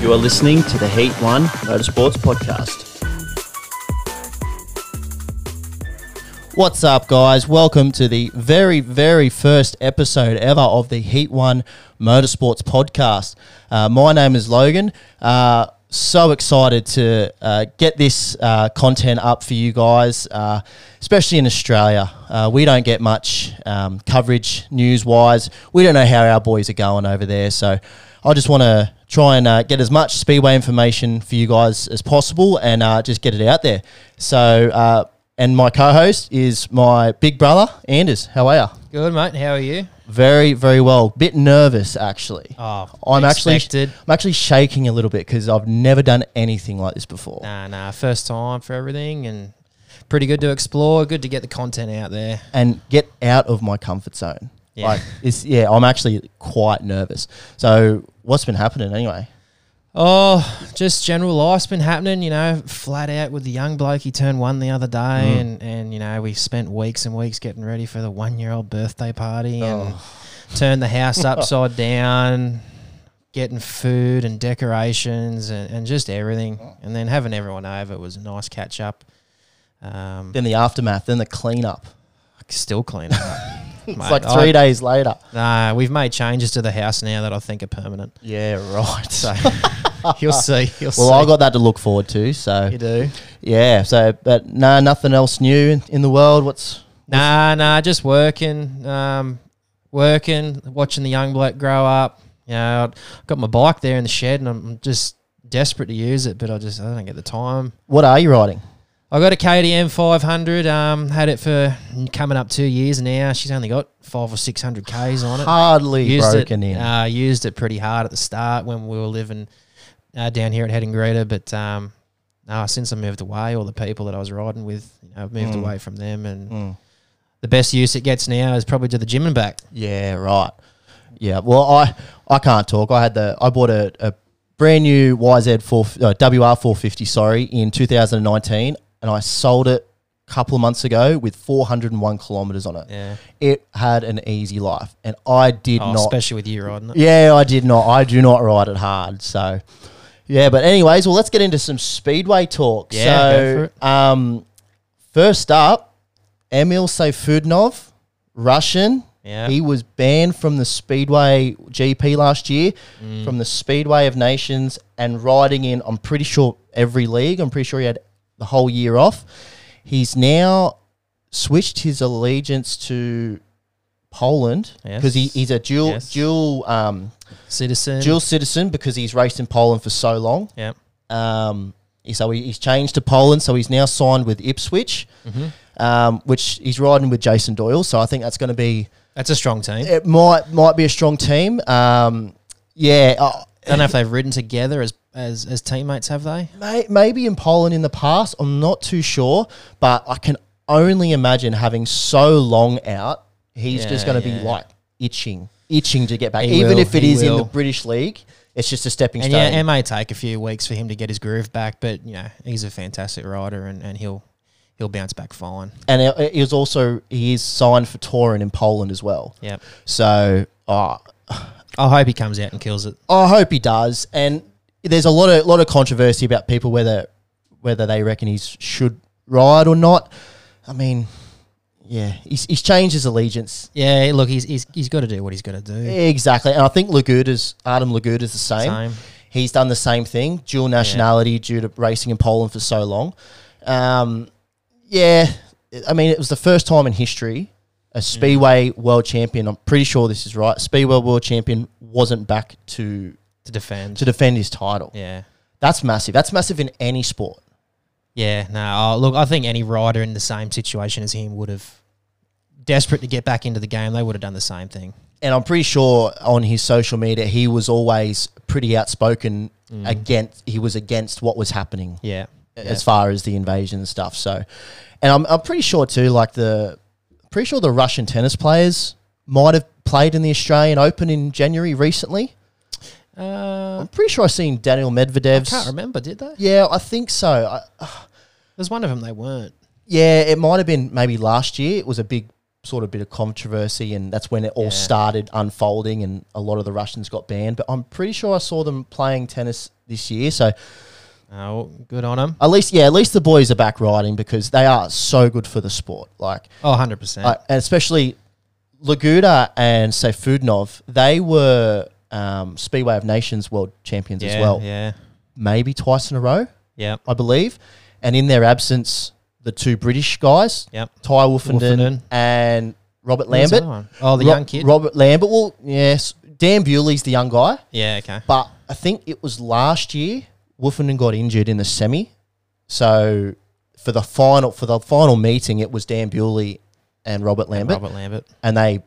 You are listening to the Heat One Motorsports Podcast. What's up, guys? Welcome to the very, very first episode ever of the Heat One Motorsports podcast. Uh, my name is Logan. Uh, so excited to uh, get this uh, content up for you guys, uh, especially in Australia. Uh, we don't get much um, coverage news wise. We don't know how our boys are going over there. So I just want to try and uh, get as much Speedway information for you guys as possible and uh, just get it out there. So, uh, and my co-host is my big brother, Anders. How are you? Good mate, how are you? Very, very well. Bit nervous, actually. Oh, I'm expected. actually, I'm actually shaking a little bit because I've never done anything like this before. Nah, nah, first time for everything, and pretty good to explore. Good to get the content out there. And get out of my comfort zone. Yeah. Like, it's, yeah, I'm actually quite nervous. So, what's been happening anyway? Oh, just general life's been happening, you know, flat out with the young bloke. He turned one the other day, and and you know we spent weeks and weeks getting ready for the one year old birthday party, and turned the house upside down, getting food and decorations and, and just everything, and then having everyone over was a nice catch up. Um, Then the aftermath, then the cleanup. still cleaning up. It's like three days later. Nah, we've made changes to the house now that I think are permanent. Yeah, right. So you'll see. You'll well, see. I got that to look forward to. So, you do. yeah. So, but no, nothing else new in, in the world. What's Nah, nah, just working, um, working, watching the young bloke grow up. You know, I've got my bike there in the shed, and I'm just desperate to use it, but I just I don't get the time. what are you riding? I got a KDM 500. Um, had it for coming up two years now. She's only got five or six hundred k's on it. hardly used broken it, in. Uh, used it pretty hard at the start when we were living uh, down here at Hedingreta, but um, no, since I moved away, all the people that I was riding with, you know, I've Mm. moved away from them, and the best use it gets now is probably to the gym and back. yeah, right. Yeah. Well, I I can't talk. I had the I bought a, a brand new YZ four uh, WR four fifty. Sorry, in two thousand and nineteen, and I sold it a couple of months ago with four hundred and one kilometers on it. Yeah. It had an easy life, and I did Oh, not especially with you riding it. Yeah, I did not. I do not ride it hard. So, yeah. But anyways, well, let's get into some speedway talk. Yeah, so, go for it. Um, first up, Emil Seyfudnov, Russian. Yeah. He was banned from the Speedway GP last year, Mm. from the Speedway of Nations, and riding in. I'm pretty sure every league. I'm pretty sure he had the whole year off. He's now switched his allegiance to Poland because Yes. he, he's a dual Yes. dual um, Citizen. dual citizen because he's raced in Poland for so long. Yeah. Um, he- so he- he's changed to Poland. So he's now signed with Ipswich, Mm-hmm. um, which he's riding with Jason Doyle. So I think that's going to be That's a strong team. it. Might might be a strong team. Um, yeah, uh, Don't know if they've ridden together as as, as teammates, have they? may, maybe in Poland in the past. I'm not too sure, but I can only imagine having so long out. He's just Yeah, going to be yeah. like itching, itching to get back. He Even will, if it he is in the will. British League, it's just a stepping And stone. yeah, it may take a few weeks for him to get his groove back, but you know he's a fantastic rider, and, and he'll he'll bounce back fine. and it- it is also he is signed for touring in Poland as well. Yeah, So uh, I hope he comes out and kills it. I hope he does. And there's a lot of lot of controversy about people whether whether they reckon he should ride or not. I mean, yeah, he's, he's changed his allegiance Yeah, look, he's he's, he's got to do what he's got to do. exactly, and I think Laguda's Adam Laguda's the same. Same. He's done the same thing, dual nationality due to racing in Poland for so long. Um, yeah, I mean, it was the first time in history a Speedway world champion, I'm pretty sure this is right, Speedway world champion wasn't back to, To defend. to defend his title. yeah. That's massive. That's massive in any sport. Yeah. No. Oh, look, I think any rider in the same situation as him would have, desperate to get back into the game, they would have done the same thing. And I'm pretty sure on his social media, he was always pretty outspoken Mm. against, he was against what was happening. Yeah. as far as the invasion and stuff. So, and I'm, I'm pretty sure too, like the pretty sure the Russian tennis players might have played in the Australian Open in January recently. Yeah. Uh, I'm pretty sure I seen Daniel Medvedev's. can't remember. Did they? yeah, I think so. I, There's one of them they weren't. yeah, it might have been maybe last year. It was a big sort of bit of controversy, and that's when it all Yeah. started unfolding, and a lot of the Russians got banned. But I'm pretty sure I saw them playing tennis this year, so Oh, good on them. at least yeah, at least the boys are back riding because they are so good for the sport. Like Oh, 100%. uh, and especially Laguda and Sefudnov, they were um, Speedway of Nations world champions yeah, as well, Yeah. maybe twice in a row, Yeah. I believe. And in their absence, the two British guys, Yep. Ty Wolfenden, Wolfenden. and Robert Who's Lambert. the other one? Oh, the Ro- young kid. Robert Lambert. Well, yes, Dan Bewley's the young guy, yeah, okay. but I think it was last year Wolfenden got injured in the semi, so for the final for the final meeting, it was Dan Bewley and Robert Lambert Robert Lambert. and they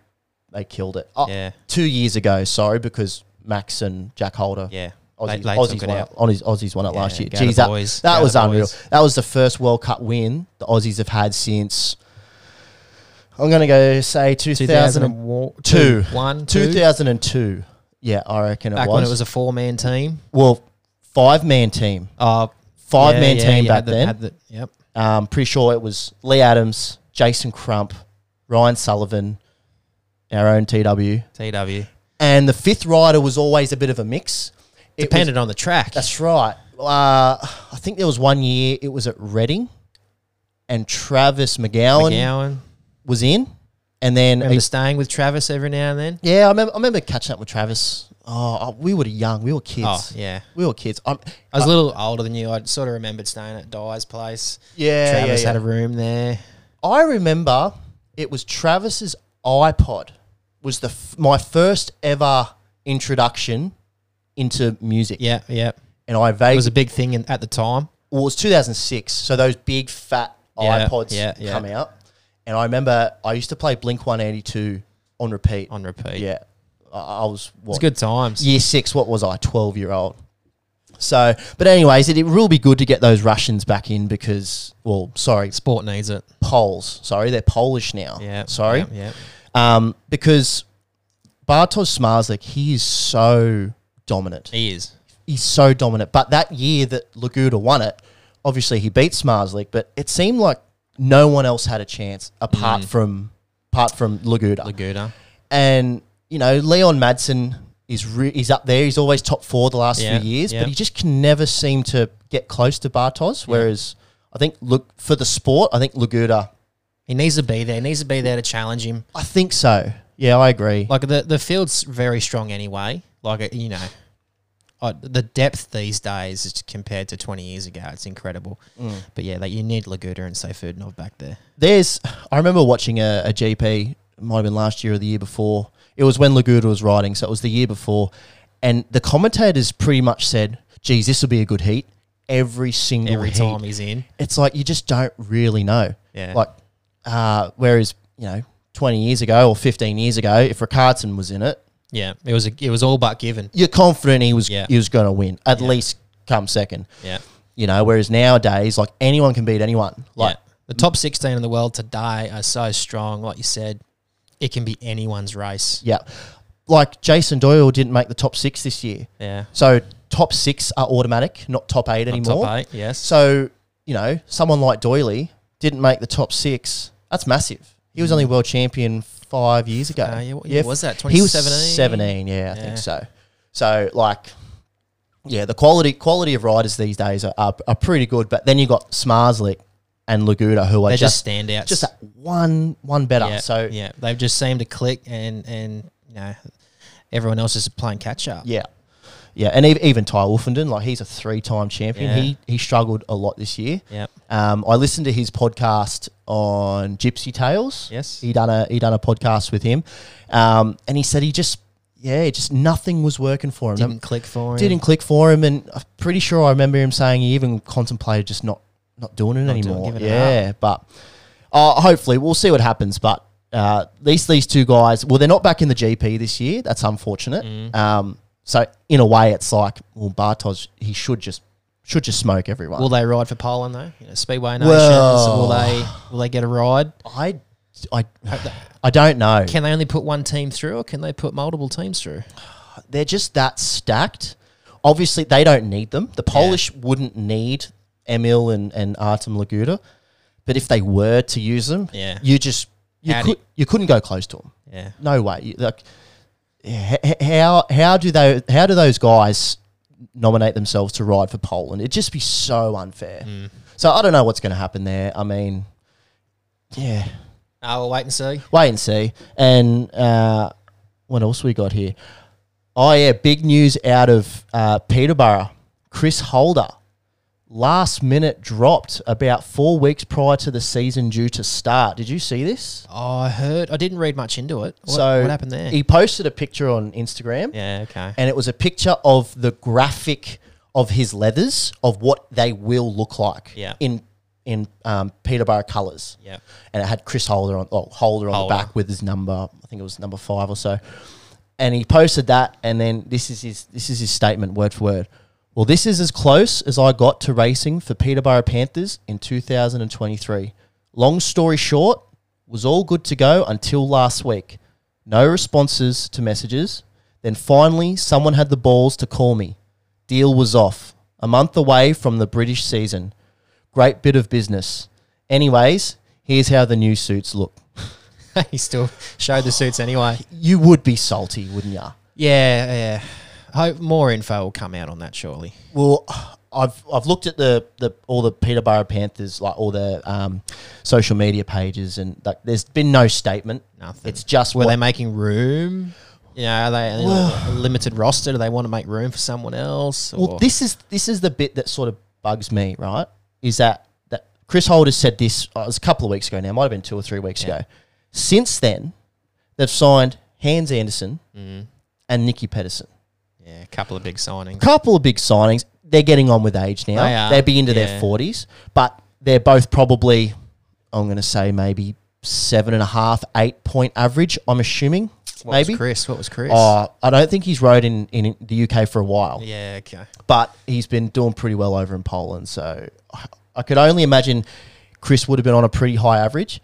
they killed it. Oh, Yeah. Two years ago, sorry, because Max and Jack Holder, Yeah. Aussies, Late- late Aussies took it won out. it. Aussies, Aussies won it Yeah, last year. go the Jeez, that, boys, that go was the boys. unreal. That was the first World Cup win the Aussies have had since. I'm gonna go say 2000, 2002. One, two. 2002. Yeah, I reckon it Back was. when it was a four man team. well, five man team, Uh, five yeah, man yeah, team you back had the- then. had the- yep. Um, pretty sure it was Lee Adams, Jason Crump, Ryan Sullivan, our own TW. TW. and the fifth rider was always a bit of a mix. It was- Depended on the track. that's right. Uh, I think there was one year it was at Reading, and Travis McGowan, McGowan. was in, and then Remember staying with Travis every now and then? yeah, I remember, I remember catching up with Travis. Oh, oh, we were young, we were kids. Oh, yeah. We were kids. Um, I was a little older than you. I sort of remembered staying at Dyer's place. yeah, Travis yeah, had yeah. a room there. I remember it was Travis's iPod was the f- my first ever introduction into music, Yeah, yeah. and I It vaguely was a big thing in, at the time. well, it was 2006. So those big fat Yeah, iPods yeah, yeah. come out. And I remember I used to play Blink 182 on repeat. On repeat. yeah. I, I was, what, It's good times. year six. What was I? 12 year old. So, but anyways, it, it will be good to get those Russians back in because, well, sorry, Sport needs it. Poles. Sorry, they're Polish now. Yeah. Sorry. Yeah. yeah. Um, because Bartosz Smarzlik, he is so dominant He is. he's so dominant. But that year that Laguda won it, obviously he beat Smarslik, but it seemed like no one else had a chance apart from apart from Laguda. Mm. Laguda. and you know, Leon Madsen is re- he's up there. He's always top four the last Yeah, few years, yeah. but he just can never seem to get close to Bartos. Whereas I think look for the sport, I think Laguda. He needs to be there. He needs to be there to challenge him. I think so. Yeah, I agree. Like the the field's very strong anyway. Like uh, you know, uh, the depth these days is compared to twenty years ago. It's incredible. But yeah, like you need Laguda and Seyfudinov back there. there's I remember watching a, a GP, it might have been last year or the year before. It was when Laguda was riding, so it was the year before. And the commentators pretty much said, geez, this will be a good heat. Every single Every heat. time he's in, It's like you just don't really know. Yeah. Like uh, whereas, you know, twenty years ago or fifteen years ago, if Ricardson was in it, yeah, it was a, it was all but given. you're confident he was Yeah. he was gonna win, at least come second. Yeah, You know, whereas nowadays, like anyone can beat anyone. Like like the top sixteen in the world today are so strong. Like you said, it can be anyone's race. Yeah. Like Jason Doyle didn't make the top six this year. Yeah, So top six are automatic, not top eight Not anymore. top eight. Yes, So, you know, someone like Doyley didn't make the top six. That's massive. He was only world champion five years ago. Hmm. Uh, yeah, what year was that? He was 17, 2017? yeah, I Yeah. think so. So, like, yeah, the quality quality of riders these days are, are, are pretty good. But then you got Smarslik and Laguda, who are they're just just, standouts. just that one one better. yeah, So yeah, they've just seemed to click, and and you know, everyone else is playing catch up. Yeah. Yeah, and ev- even Ty Wolfenden, like he's a three-time champion. Yeah. He he struggled a lot this year. Yep. Um, I listened to his podcast on Gypsy Tales. Yes. he done a he done a podcast with him, um, and he said he just yeah, just nothing was working for him. Didn't click for him. Didn't click for him, and I'm pretty sure I remember him saying he even contemplated just not not doing it Not doing- anymore. giving it yeah, but uh, hopefully we'll see what happens. But uh, these these two guys, well, they're not back in the GP this year. That's unfortunate. Um, so in a way, it's like well, Bartosz he should just should just smoke everyone. Will they ride for Poland though? You know, Speedway Nations. Well- will they? Will they get a ride? I I I don't know. Can they only put one team through, or can they put multiple teams through? they're just that stacked. Obviously, they don't need them. The Polish wouldn't need Emil and, and Artem Laguda, but if they were to use them, Yeah. you just you, Howdy. could, you couldn't go close to him. Yeah. No way. You- Like, h- h- how how do they how do those guys nominate themselves to ride for Poland? It'd just be so unfair. So I don't know what's going to happen there. I mean, yeah, I will wait and see. wait and see. And uh, what else we got here? Oh yeah, big news out of uh, Peterborough. Chris Holder, last minute dropped about four weeks prior to the season due to start. Did you see this? Oh, I heard. I didn't read much into it. What, so what happened there? He posted a picture on Instagram, yeah. Okay. and it was a picture of the graphic of his leathers of what they will look like Yeah. in in um, Peterborough colours. Yeah. And it had Chris Holder on oh, Holder on Holder. the back with his number. I think it was number five or so. And he posted that, and then this is his this is his statement word for word. Well, this is as close as I got to racing for Peterborough Panthers in 2023. Long story short, was all good to go until last week. No responses to messages. Then finally, someone had the balls to call me. Deal was off. A month away from the British season. Great bit of business. Anyways, here's how the new suits look. he still showed the suits anyway. You would be salty, wouldn't ya? Yeah. Yeah. Hope more info will come out on that shortly. Well, I've I've looked at the, the all the Peterborough Panthers like all the um, social media pages and like there's been no statement. Nothing. It's just Were what they making room? You know, are they are they a limited roster? Do they want to make room for someone else? Well, or- this is this is the bit that sort of bugs me, right? Is that that Chris Holder said this uh, it was a couple of weeks ago now, might have been two or three weeks ago. Since then, they've signed Hans Anderson Mm-hmm. and Nikki Pedersen. yeah, a couple of big signings. Couple of big signings. They're getting on with age now. They are, They'd be into yeah. their forties, but they're both probably, I'm going to say maybe seven and a half, eight point average. I'm assuming What maybe. was Chris? What was Chris? Uh, I don't think he's rode in, in the UK for a while yeah. Okay. but he's been doing pretty well over in Poland. So I- I could only imagine Chris would have been on a pretty high average,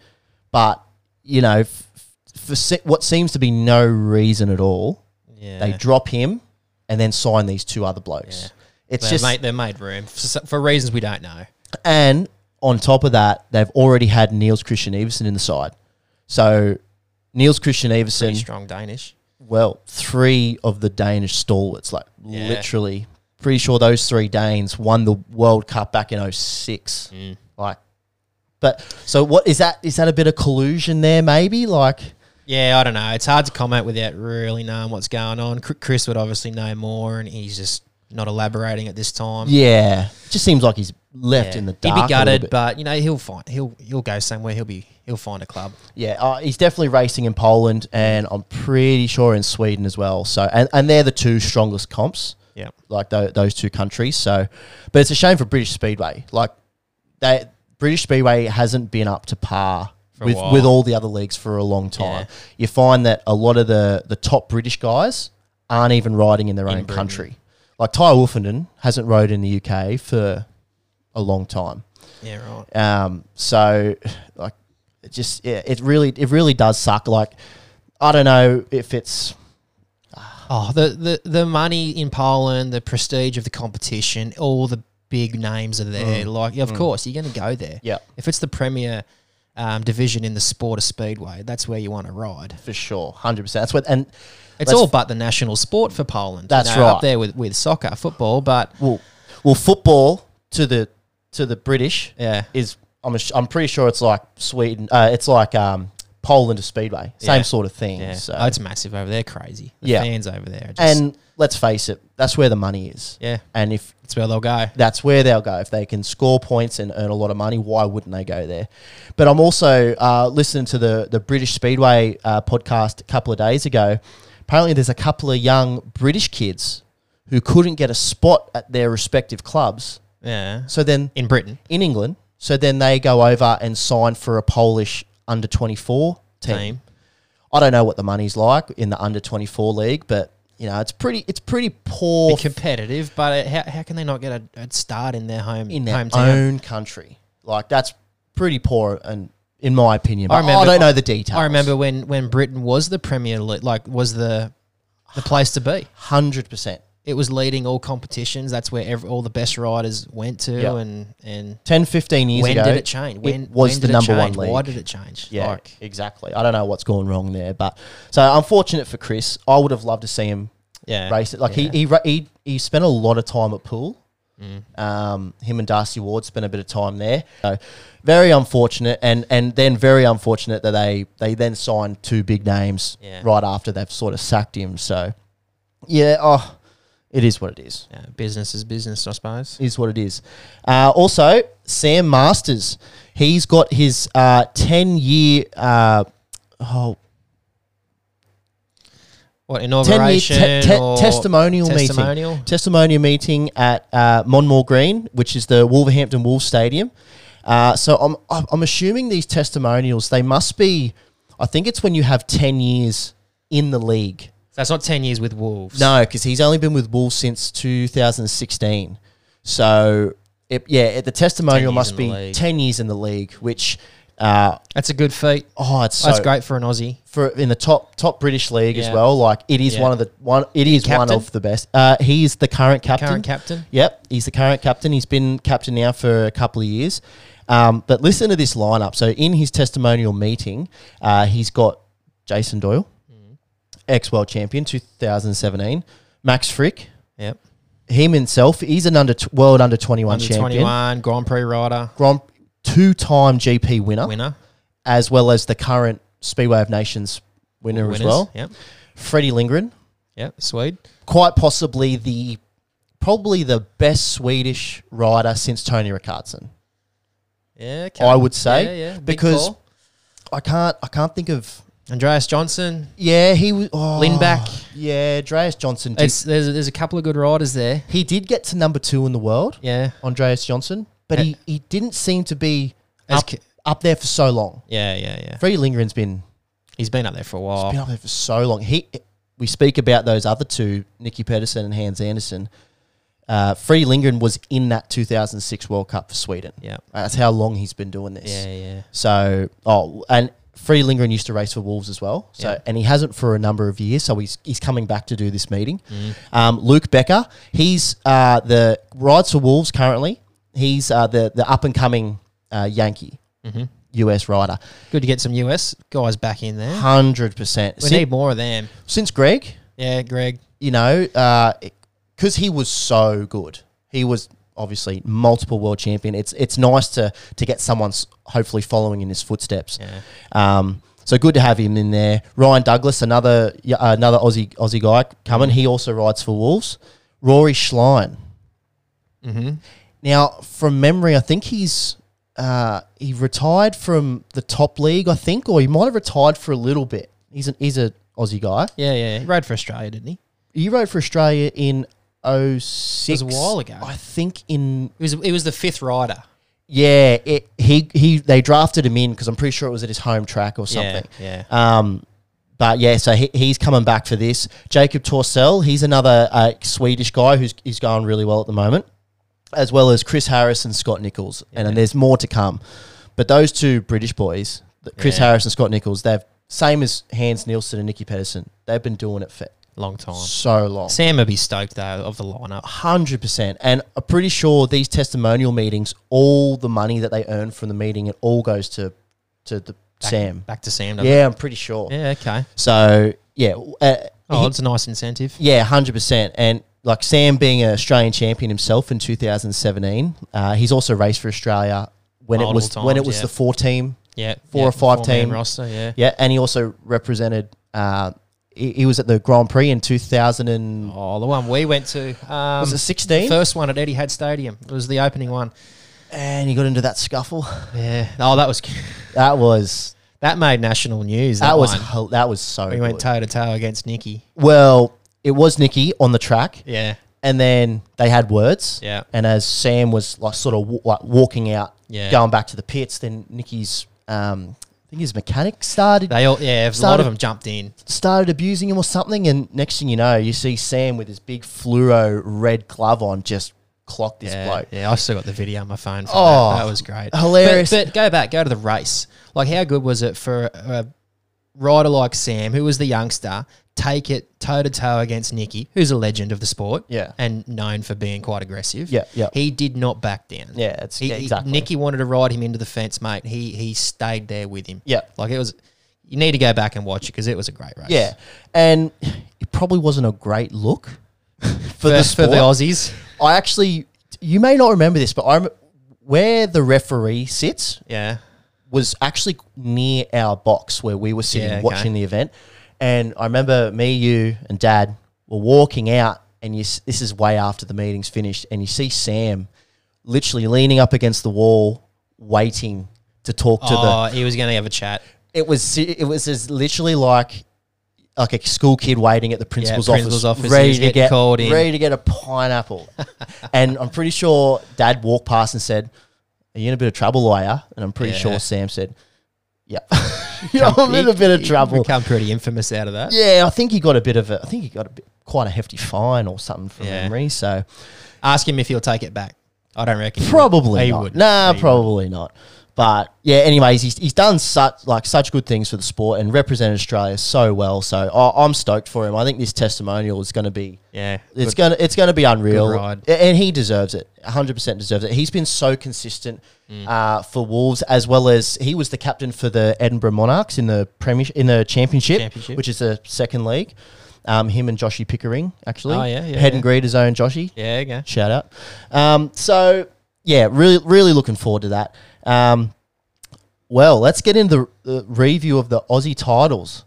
but you know, f- f- for se- what seems to be no reason at all, Yeah. they drop him and then sign these two other blokes. Yeah. It's they're just made, they're made room for, s- for reasons we don't know. and on top of that, they've already had Niels Christian Everson in the side, so. Niels Christian Pretty Everson, strong Danish. well, three of the Danish stalwarts, like Yeah. literally, pretty sure those three Danes won the World Cup back in 06. Mm. Like, but so what is that? Is that a bit of collusion there? Maybe like, Yeah, I don't know. It's hard to comment without really knowing what's going on. Chr- Chris would obviously know more, and he's just not elaborating at this time. yeah, just seems like he's left Yeah. in the He'd dark. be a little gutted, bit. but you know he'll find he'll he'll go somewhere. He'll be he'll find a club. yeah, uh, he's definitely racing in Poland, and I'm pretty sure in Sweden as well. So, and, and they're the two strongest comps. Yeah, like th- those two countries. So, but it's a shame for British Speedway. Like they British Speedway hasn't been up to par a with while. with all the other leagues for a long time. Yeah. You find that a lot of the the top British guys aren't even riding in their own Britain. country. Like Ty Wolfenden hasn't rode in the UK for a long time. yeah, right. Um, so like it just yeah, it really it really does suck. Like I don't know if it's Oh, the, the the money in Poland, the prestige of the competition, all the big names are there. Like, of course, you're going to go there. Mm. Yeah. If it's the premier um, division in the sport of speedway, that's where you want to ride. for sure, hundred percent. That's what and It's let's- all but the national sport for Poland. That's Up right. there with, with soccer, football, but well, well, football to the to the British yeah, is I'm ass- I'm pretty sure it's like Sweden. Uh, it's like um, Poland to Speedway, same Yeah. sort of thing. yeah. So Oh, it's massive over there. Crazy. The Yeah. fans over there. Are just, and let's face it, that's where the money is. yeah, And if that's where they'll go. that's where they'll go, if they can score points and earn a lot of money, why wouldn't they go there? But I'm also uh, listening to the the British Speedway uh, podcast a couple of days ago. Apparently, there's a couple of young British kids who couldn't get a spot at their respective clubs. Yeah. So then In Britain, in England. So then they go over and sign for a Polish under 24 team. team. I don't know what the money's like in the under 24 league, but you know, it's pretty it's pretty poor Be competitive, but it, how, how can they not get a, a start in their home in their hometown? own country. Like that's pretty poor and in my opinion. But I, remember- don't know the details. I remember when when Britain was the Premier League, like was the the place to be. 100%. It it was leading all competitions. That's where ev all the best riders went to, Yeah. and and 10, 15 years when ago. did it change? When was the when did it number one change? Why league. did it change? Yeah, Like, exactly. I don't know what's gone wrong there, but so unfortunate for Chris. I would have loved to see him yeah, race it. Like Yeah. he, he ra- he he spent a lot of time at pool. Mm. Um, him and Darcy Ward spent a bit of time there. So very unfortunate, and and then very unfortunate that they they then signed two big names Yeah. right after they've sort of sacked him. So yeah, oh, it is what it is. yeah, business is business, I suppose. Is what it is. Uh, also, Sam Masters, he's got his uh, ten year. Uh, Oh, What 10 year inauguration? te- te- or testimonial, meeting. testimonial? testimonial meeting at uh, Monmore Green, which is the Wolverhampton Wolves Stadium. Uh, so I'm I'm I'm assuming these testimonials they must be. I think it's when you have ten years in the league. That's not ten years with Wolves. No, because he's only been with Wolves since 2016. So it, yeah, it, the testimonial years must in the be league. ten years in the league, which. Uh, that's a good feat. Oh, it's so That's great for an Aussie. for in the top top British league as Yeah. well. Like it is Yeah. one of the one it is one captain? of the best. Uh, he is the current captain. Current captain. Yep, he's the current captain. He's been captain now for a couple of years. Um, but listen to this lineup. So in his testimonial meeting, uh, he's got Jason Doyle, Mm-hmm. ex world champion 2017, Max Frick, Yep. him himself. He's an under t- world under 21 Under champion, 21 Grand Prix rider Grand two time GP winner, winner. as well as the current Speedway of Nations winner Winners. as well. Yep. Freddie Lindgren, Yep. Swede. quite possibly the probably the best Swedish rider since Tony Ricardson. Yeah. I would say, Yeah. yeah. Big because- call. I can't I can't think of Andreas Johnson. yeah he was oh, Lindback. yeah Andreas Johnson did, It's, there's, there's a couple of good riders there. he did get to number two in the world Yeah. Andreas Johnson but he, he didn't seem to be As up, ca- up there for so long Yeah. Yeah. Yeah. Freddie Lindgren's been He's been up there for a while. been up there for so long he we speak about those other two Nicky Pedersen and Hans Andersen uh, Freddie Lindgren was in that 2006 World Cup for Sweden Yeah. that's how long he's been doing this Yeah. Yeah. So, oh, and Free Lindgren used to race for Wolves as well. So, Yeah. and he hasn't for a number of years. So he's he's coming back to do this meeting. Mm. Um, Luke Becker, he's uh, the rides for Wolves currently. He's uh, the the up and coming uh, Yankee Mm-hmm. US rider, Good to get some US guys back in there. hundred percent. We Sin- need more of them. Since Greg, Yeah, Greg. you know, because he was so good, he was obviously multiple world champion. It's it's nice to to get someone's hopefully following in his footsteps. Yeah. Um, so good to have him in there. Ryan Douglas, another yeah, uh, another Aussie Aussie guy coming. He also rides for Wolves. Rory Schlein. Mm-hmm. Now, from memory, I think he's uh, he retired from the top league. I think, or he might have retired for a little bit. He's an he's a Aussie guy. Yeah, yeah. He rode for Australia, didn't he? He rode for Australia in 06. It was a while ago. I think in He was, he was the fifth rider. yeah, it, he he they drafted him in because I'm pretty sure it was at his home track or something. Yeah. yeah. Um, but yeah, so he, he's coming back for this. Jacob Torcell, he's another uh, Swedish guy who's he's going really well at the moment, as well as Chris Harris and Scott Nichols, and, then there's more to come. But those two British boys, th- Chris Yeah. Harris and Scott Nichols, they've same as Hans Nielsen and Nicky Pedersen, they've been doing it for Long time. so long. Sam would be stoked, though, of the lineup. Hundred percent, and I'm pretty sure these testimonial meetings, all the money that they earn from the meeting, it all goes to to the Back- Sam. Back to Sam. doesn't Yeah, I'm pretty sure. it? Yeah, okay. So yeah, uh, Oh, he- it's a nice incentive. yeah, hundred percent. And like Sam being an Australian champion himself in 2017, uh, he's also raced for Australia when it was Multiple when it times, was yeah. the four team. Yeah. Four yeah, or five four-man team. roster, yeah. Yeah, and he also represented. Uh, he, he was at the Grand Prix in 2000 and Oh, the one we went to. Um, was it 16? First one at Eddie Had Stadium. It was the opening one. and he got into that scuffle. Yeah. Oh, that was That was that made national news. That, that was one. hel- that was so. we went good. toe to toe against Nikki. Well, it was Nikki on the track, Yeah. and then they had words. Yeah. And as Sam was like sort of w- like walking out, Yeah. going back to the pits, then Nikki's um, I think his mechanic started They all yeah, it was a lot Started- of them jumped in. started abusing him or something, and next thing you know, you see Sam with his big fluoro red glove on, just clock this yeah, bloke. Yeah, I still got the video on my phone. From Oh, that. that was great, hilarious. But, but go back, go to the race. Like, how good was it for a, a rider like Sam, who was the youngster, take it toe to toe against Nicky, who's a legend of the sport, Yeah. and known for being quite aggressive. Yeah, yeah. He did not back down. Yeah, it's- He- yeah, he- exactly. Nicky wanted to ride him into the fence, mate. He he stayed there with him. Yeah. like it was. You need to go back and watch it because it was a great race. Yeah, and it probably wasn't a great look for for, the for sport. the Aussies. I actually, you may not remember this, but I rem- where the referee sits Yeah, was actually near our box where we were sitting Yeah, okay. watching the event, and I remember me, you, and Dad were walking out, and you. s- This is way after the meeting's finished, and you see Sam literally leaning up against the wall, waiting to talk to the oh, he was going to have a chat. it was se- it was as literally like like a school kid waiting at the principal's, principal's office, office, ready he's to getting get called in. ready to get a pineapple. and I'm pretty sure Dad walked past and said, "Are you in a bit of trouble, lawyer?" And I'm pretty Yeah. sure Sam said, "Yeah, yeah I'm in a bit of He- trouble." Become pretty infamous out of that. Yeah, I think he got a bit of a. I think he got a bit, quite a hefty fine or something from Yeah. memory. So Ask him if he'll take it back. I don't reckon. he would. Probably he not. would. Nah, He would. probably not. But yeah, anyways, he's, he's done such like such good things for the sport and represented Australia so well. So I, I'm stoked for him. I think this testimonial is going to be Yeah, it's gonna it's gonna be unreal, Good ride. A- and he deserves it. 100 percent deserves it. He's been so consistent Mm. uh, for Wolves, as well as he was the captain for the Edinburgh Monarchs in the Premier in the Championship, Championship. which is the second league. Um, him and Joshy Pickering actually, Oh, yeah, yeah, head yeah. and greed his own Joshy. Yeah, okay. Shout out. Um, so yeah, really, really looking forward to that. Um, well, let's get into the the review of the Aussie titles.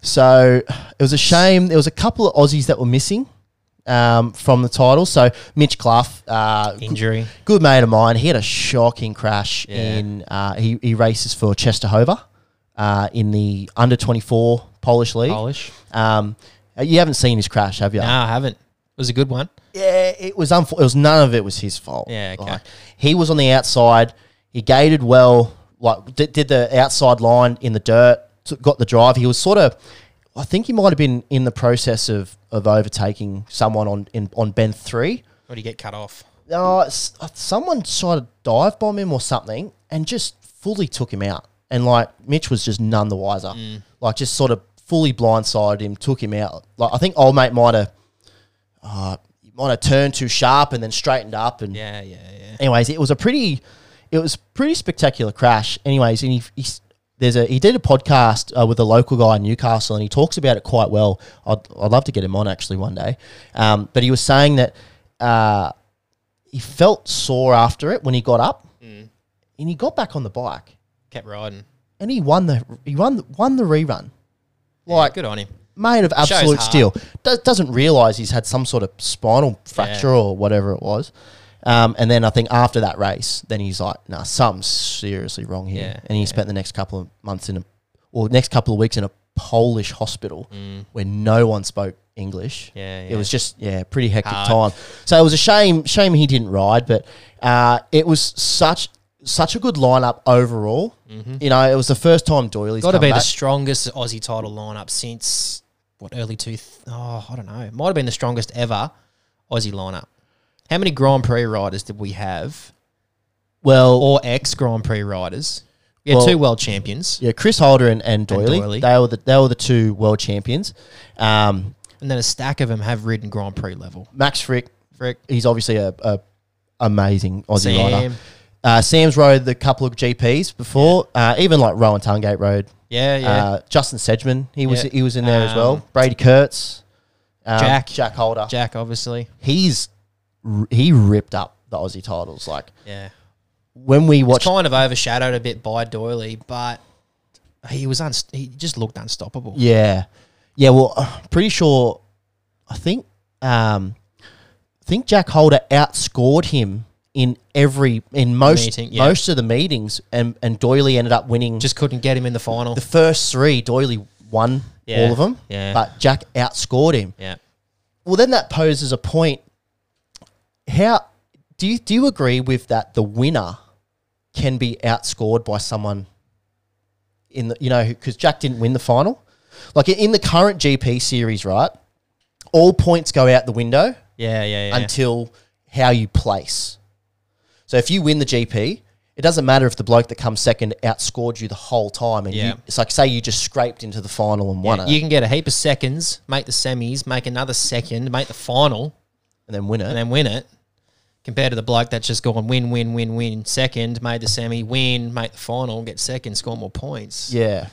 So it was a shame. There was a couple of Aussies that were missing um, from the title. So Mitch Clough, uh, g- Injury. good mate of mine, he had a shocking crash Yeah. in. Uh, he, he races for Chester Hover uh, in the under twenty four Polish league. Polish. Um, you haven't seen his crash, have you? No, I haven't. It was a good one. Yeah, it was unfor- it was none of it was his fault. Yeah, okay. Like, he was on the outside. He gated well, like did, did the outside line in the dirt, took- got the drive. He was sort of, I think he might have been in the process of of overtaking someone on in on bend three. Or did he get cut off? Uh, s- uh, someone tried to dive bomb him or something, and just fully took him out. And like Mitch was just none the wiser. Like just sort of fully blindsided him, took him out. Like I think old mate might have he might have turned too sharp and then straightened up and Yeah, yeah, yeah. anyways it was a pretty it was pretty spectacular crash anyways and he, he s- there's a he did a podcast uh, with a local guy in Newcastle and he talks about it quite well I'd, I'd love to get him on actually one day um, but he was saying that uh, he felt sore after it when he got up and he got back on the bike Kept riding. and he won the he won won the rerun Like, good on him. made of absolute heart. steel. Do- doesn't realize he's had some sort of spinal fracture or whatever it was. Um, and then I think after that race, then he's like, "Nah, something's seriously wrong here." Yeah, and he spent the next couple of months in a, or next couple of weeks in a Polish hospital where no one spoke English. Mm. Yeah, it yeah. was just yeah, pretty hectic Hard. time. So it was a shame, shame he didn't ride, but uh, it was such such a good lineup overall. You know, it was the first time Doyley's Got to come Mm-hmm. be the back. strongest Aussie title lineup since what early two? Th- oh, I don't know. It might have been the strongest ever Aussie lineup. How many Grand Prix riders did we have, well, or ex Grand Prix riders? We had Well- two world champions, Yeah, Chris Holder and, and, Doyley, Doyley. They were the they were the two world champions. Um, and then a stack of them have ridden Grand Prix level. Max Frick, Frick, he's obviously a, a amazing Aussie Sam. rider. Uh, Sam's rode the couple of GPs before, uh, even like Rowan Tungate rode. yeah, yeah. Uh, Justin Sedgman, he was Yeah. he was in there as Um, well. Brady Kurtz, um, Jack. Jack Holder, Jack, obviously, he's r- he ripped up the Aussie titles. Like yeah. when we It's watched, kind of overshadowed a bit by Doyley, but he was unst- he just looked unstoppable. Yeah, yeah. Well, I'm pretty sure. I think um, I think Jack Holder outscored him in every in most Meeting, yeah. most of the meetings, and and Doyley ended up winning. Just Just couldn't get him in the final. the first three, Doyley won Yeah, all of them. yeah. but Jack outscored him. yeah. Well, then that poses a point. How do you do you agree with that? The winner can be outscored by someone in the you know because Jack didn't win the final. Like in the current GP series, right? All points go out the window Yeah, yeah, yeah. until how you place. So if you win the GP it doesn't matter if the bloke that comes second outscored you the whole time, and Yeah. you, it's like say you just scraped into the final and won it, You can get a heap of seconds, make the semis, make another second, make the final, and then win it. and then win it. Compared to the bloke that's just gone win, win, win, win, second, made the semi, win, make the final, get second, score more points. yeah.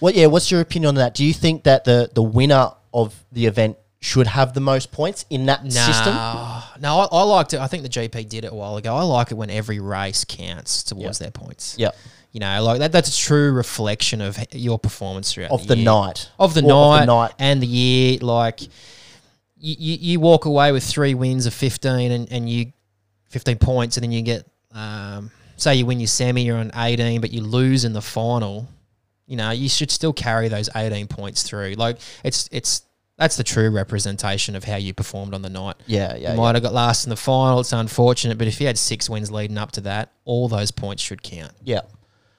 Well, yeah. What's your opinion on that? Do you think that the the winner of the event should have the most points in that system? No, no, I, I liked it. I think the GP did it a while ago. I like it when every race counts towards their points. Yeah. You know, like that, that's a true reflection of h- your performance throughout Of the year. night. Of the, Or night, Of the night. and the year. Like, you, you, you walk away with three wins of 15 and, and you 15 points, and then you get, um, say, you win your semi, you're on 18, but you lose in the final. You know, you should still carry those 18 points through. Like, it's, it's, that's the true representation of how you performed on the night. Yeah, yeah, You might have got last in the final. It's unfortunate, but if you had six wins leading up to that, all those points should count. Yeah.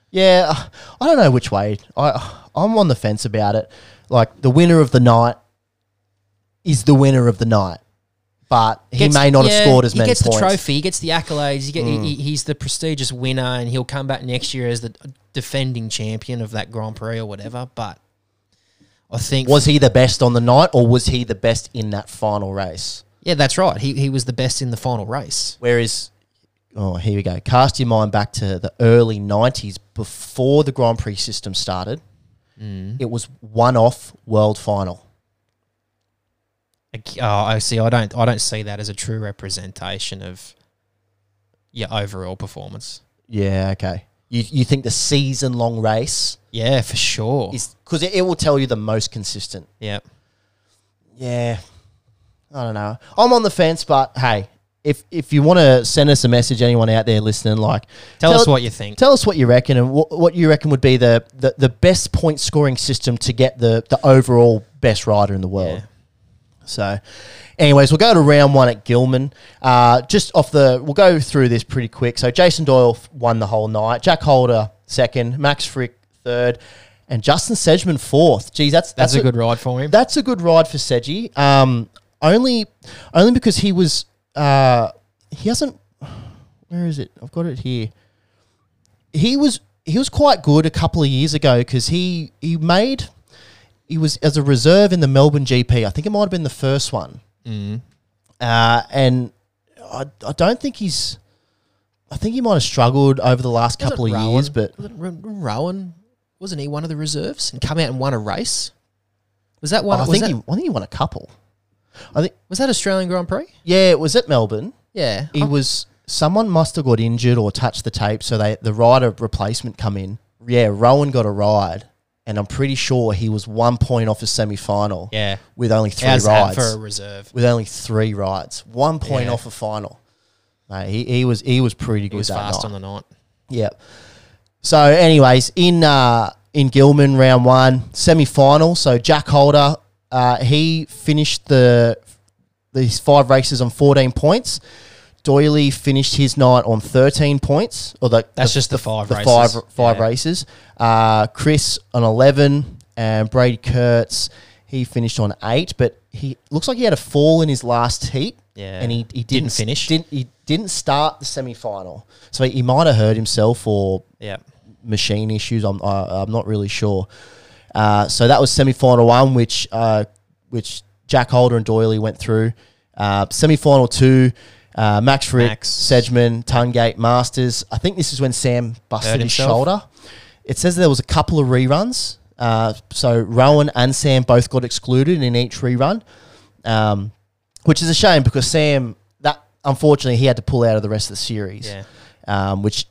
Yeah, uh, I don't know which way. I I'm on the fence about it. Like the winner of the night is the winner of the night, but he Gets- may not yeah, have scored as many He gets points. Mm. the trophy, he gets the accolades, he get, he, he's the prestigious winner, and he'll come back next year as the defending champion of that Grand Prix or whatever. But I think, Was he the best on the night, or was he the best in that final race? yeah, that's right. He, he was the best in the final race. Whereas, oh, here we go. Cast your mind back to the early '90s, before the Grand Prix system started. It was one-off world final. Like, Oh, I see. I don't. I don't see that as a true representation of your overall performance. Yeah, okay. You you think the season-long race Yeah, for sure. is because it, it will tell you the most consistent. yeah. Yeah, I don't know. I'm on the fence, but hey, if if you want to send us a message, anyone out there listening, like Tell, us what you think. Tell us what you reckon and what, what you reckon would be the, the, the best point scoring system to get the, the overall best rider in the world. So, anyways, we'll go to round one at Gilman. Uh, just off the, we'll go through this pretty quick. So, Jason Doyle f- won the whole night, Jack Holder second, Max Frick third, and Justin Sedgman fourth. Geez, that's That's, a, good ride for him. that's a good ride for Seji. Um, only, only because he was. Uh, he hasn't. Where is it? I've got it here. He was. He was quite good a couple of years ago because he he made. He was as a reserve in the Melbourne GP. I think it might have been the first one. Mm. Uh, and I, I don't think he's. I think he might have struggled over the last couple of Rowan- years, but wasn't Ro- Rowan wasn't he one of the reserves and come out and won a race? Was that one? I was, think that, he, I think he won a couple. I think was that Australian Grand Prix? yeah, it was at Melbourne. Yeah, He was someone must have got injured or touched the tape, so they the rider replacement come in. Yeah, Rowan got a ride, and I'm pretty sure he was one point off his semi final. Yeah. with only three How's that rides. for a reserve? with only three rides, one point Yeah. off a final. Mate, he, he was he was pretty good. He was that fast night. on the night. Yep. So, anyways, in uh, in Gilman, round one, semi final. So Jack Holder, uh, he finished the these five races on fourteen points. Doyley finished his night on thirteen points, or the, That's the- just the five the races. five five Yeah. races. Uh, Chris on eleven, and Brady Kurtz he finished on eight, but he looks like he had a fall in his last heat. Yeah. and he, he Didn't didn't, s- finish. Didn't he? Didn't start the semi final, so he, he might have hurt himself or Yeah, machine issues. I'm I, I'm not really sure. Uh, so that was semi final one, which uh, which Jack Holder and Doyley went through. Uh, semi final two, uh, Max Frick, Max. Sedgman, Tungate, Masters. I think this is when Sam busted his himself. shoulder. It says there was a couple of reruns. Uh, so Rowan and Sam both got excluded in each rerun, um, which is a shame because Sam that unfortunately he had to pull out of the rest of the series yeah. um, which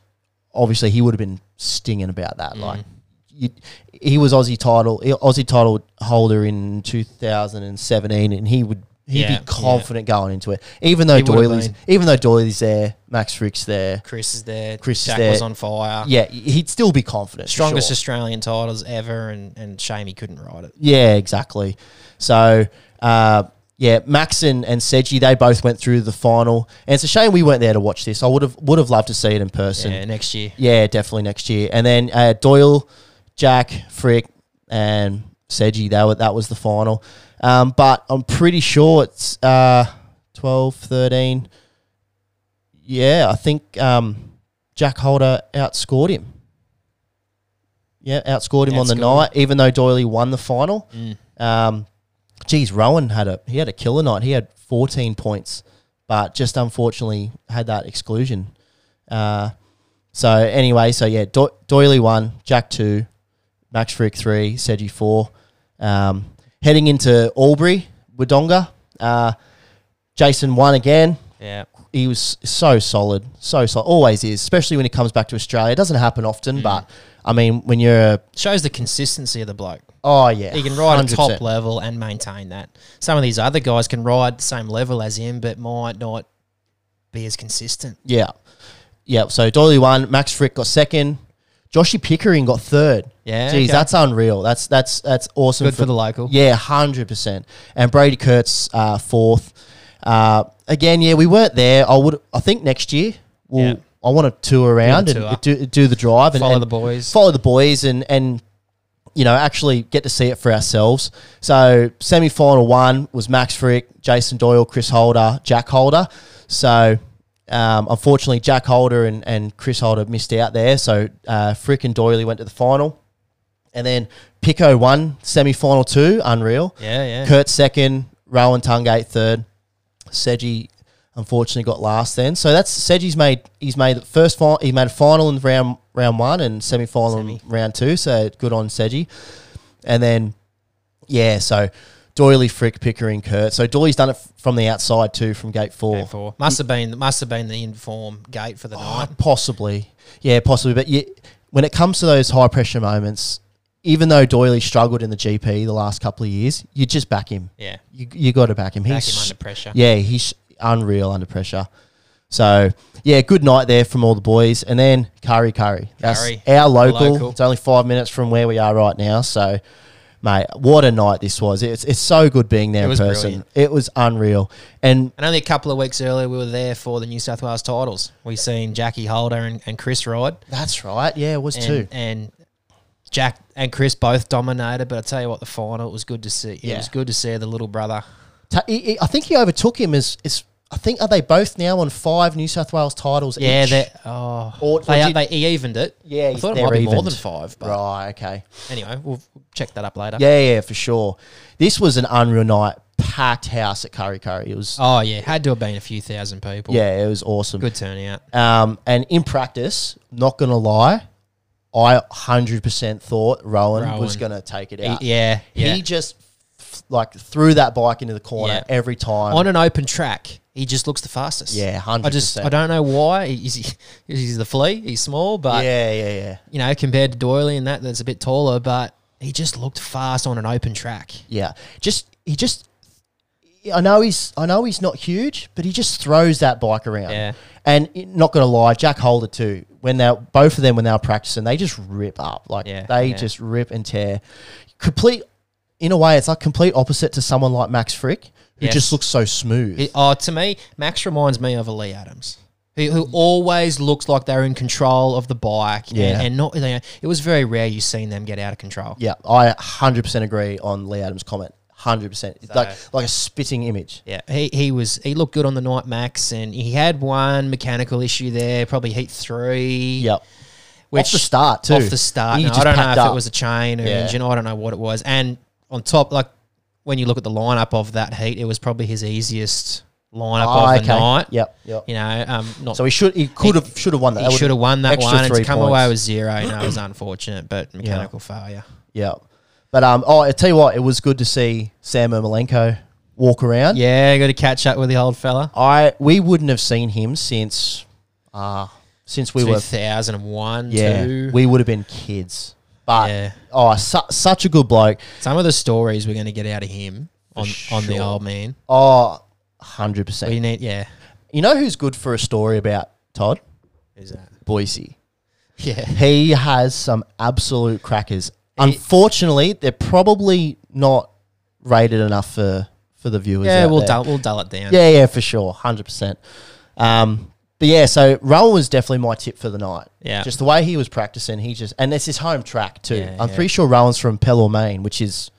obviously he would have been stinging about that. Mm. Like you, he was Aussie title Aussie title holder in 2017, and he would he'd Yeah, yeah. be confident going into it. Even though He would have Doyley's been. even though Doyley's there, Max Frick's there, Chris is there. Chris is Jack there. was on fire. yeah, he'd still be confident. for strongest sure. Australian titles ever, and and shame he couldn't ride it. Yeah, exactly. So, uh, yeah, Max and, and Seji, they both went through the final, and it's a shame we weren't there to watch this. I would have would have loved to see it in person. Yeah, next year. Yeah, definitely next year. And then uh, Doyle, Jack, Frick, and Seji. That was, that was the final. Um, but I'm pretty sure it's uh, 12, 13. Yeah, I think um, Jack Holder outscored him. Yeah, outscored him on the Outscored. night, even though Doyley won the final. Um, geez, Rowan had a he had a killer night. He had 14 points, but just unfortunately had that exclusion. Uh, so anyway, so yeah, Do- Doyley one, Jack two, Max Frick three, Sedgy four. Um, heading into Albury, Wodonga. Uh, Jason won again. Yeah. He was so solid, so solid, always is, especially when he comes back to Australia. It doesn't happen Mm. often, but I mean, when you're a, Shows the consistency of the bloke. oh yeah, He can ride at 100%. top level and maintain that. Some of these other guys can ride the same level as him, but might not be as consistent. Yeah. Yeah. So Doyley won. Max Frick got second. Joshy Pickering got third. Yeah, Jeez, okay. that's unreal. That's that's that's awesome. Good for the local. Yeah, hundred percent. And Brady Kurtz uh, fourth. Uh, again, yeah, we weren't there. I would. I think next year we'll. Yeah. I want to tour around Do the and do, do the drive and Follow and the boys. follow the boys, and and you know actually get to see it for ourselves. So semi final one was Max Frick, Jason Doyle, Chris Holder, Jack Holder. So um, unfortunately, Jack Holder and, and Chris Holder missed out there. So uh, Frick and Doyley went to the final, and then Pico won semi final two, unreal. Yeah, yeah. Kurt second, Rowan Tungate third, Seji unfortunately got last then. So that's Seji's made he's made the first final he made a final in round round one and semi final in Semi. round two. So good on Seji. And then yeah, so Doyley, Frick, Pickering, Kurt. So Doyley's done it f- from the outside too, from gate four. Gate four. Must have been must have been the inform gate for the Oh, night. possibly. Yeah, possibly. But you, when it comes to those high pressure moments, even though Doyley struggled in the GP the last couple of years, you just back him. Yeah. You, you got to back him. Back He's him under pressure. yeah, he's unreal under pressure. So yeah, good night there from all the boys, and then Curry Curry. That's Curry. our local. Local. It's only five minutes from where we are right now. So, mate, what a night this was. It's it's so good being there It in was person. brilliant. It was unreal, and And only a couple of weeks earlier, we were there for the New South Wales titles. We seen Jackie Holder and, and Chris Rod. that's right. Yeah, it was and, too. And Jack and Chris both dominated, but I tell you what, the final it was good to see. Yeah. It was good to see the little brother. Ta- he- he- I think he overtook him as as I think are they both now on five New South Wales titles? Yeah, each? that oh, Or- they, or are- did- they he evened it. yeah. I thought it they're might be more evened. than five, but Right. Okay. anyway, we'll check that up later. Yeah, yeah, for sure. This was an unreal night, packed house at Curry Curry. It was, Oh yeah, had to have been a few thousand people. yeah, it was awesome. good turnout. Um, and in practice, not gonna lie, I hundred percent thought Rowan, was Rowan. gonna take it He- out. yeah, yeah. he just f- like threw that bike into the corner Yeah. every time. on an open track, he just looks the fastest. yeah, hundred I just I percent. don't know why he's, he's- he's the flea. He's small, but Yeah, yeah, yeah, you know compared to Doyley and that, that's a bit taller. But he just looked fast on an open track. yeah. Just he just. I know he's I know he's not huge, but he just throws that bike around. Yeah. And it- not gonna lie, Jack Holder too. When they are both of them when they were practicing, they just rip up. Like Yeah, they yeah. just rip and tear. Complete in a way, it's like complete opposite to someone like Max Frick, who Yes. just looks so smooth. It, oh, to me, Max reminds me of a Lee Adams, who, who always looks like they're in control of the bike. and- Yeah. and, not. You know, it was very rare you seen them get out of control. yeah, I hundred percent agree on Lee Adams' comment. Hundred percent. It's like like a spitting image. Yeah, he, he was he looked good on the night, Max, and he had one mechanical issue there, probably heat three. Yep. which off the start too. Off the start, He no, just I don't know packed if up. it was a chain or Yeah. engine. I don't know what it was. And on top, like when you look at the lineup of that heat, it was probably his easiest lineup Ah, of the night. Yep. Yep. You know, um, not So he should he could have should have won that. That he would've- should have won that extra one. and three to come points. away with zero, no, it was unfortunate, but mechanical failure. Yeah. But um oh I tell you what, it was good to see Sam Ermolenko walk around. Yeah, got to catch up with the old fella. I we wouldn't have seen him since uh since we were 2001, yeah, Ah. two. we would have been kids. But Yeah. oh su- such a good bloke. Some of the stories we're going to get out of him on, on the sure. old man. Oh 100%. We need, yeah. You know who's good for a story about Todd? Who's that? Boise. Yeah. He has some absolute crackers. Unfortunately, they're probably not rated enough for for the viewers. Yeah, out we'll there. dull, we'll dull it down. Yeah, yeah, for sure, hundred percent. Um, but yeah, so Rowan was definitely my tip for the night. Yeah. just the way he was practicing, he just and it's his home track too. Yeah, I'm yeah. pretty sure Rowan's from Pell Maine, which is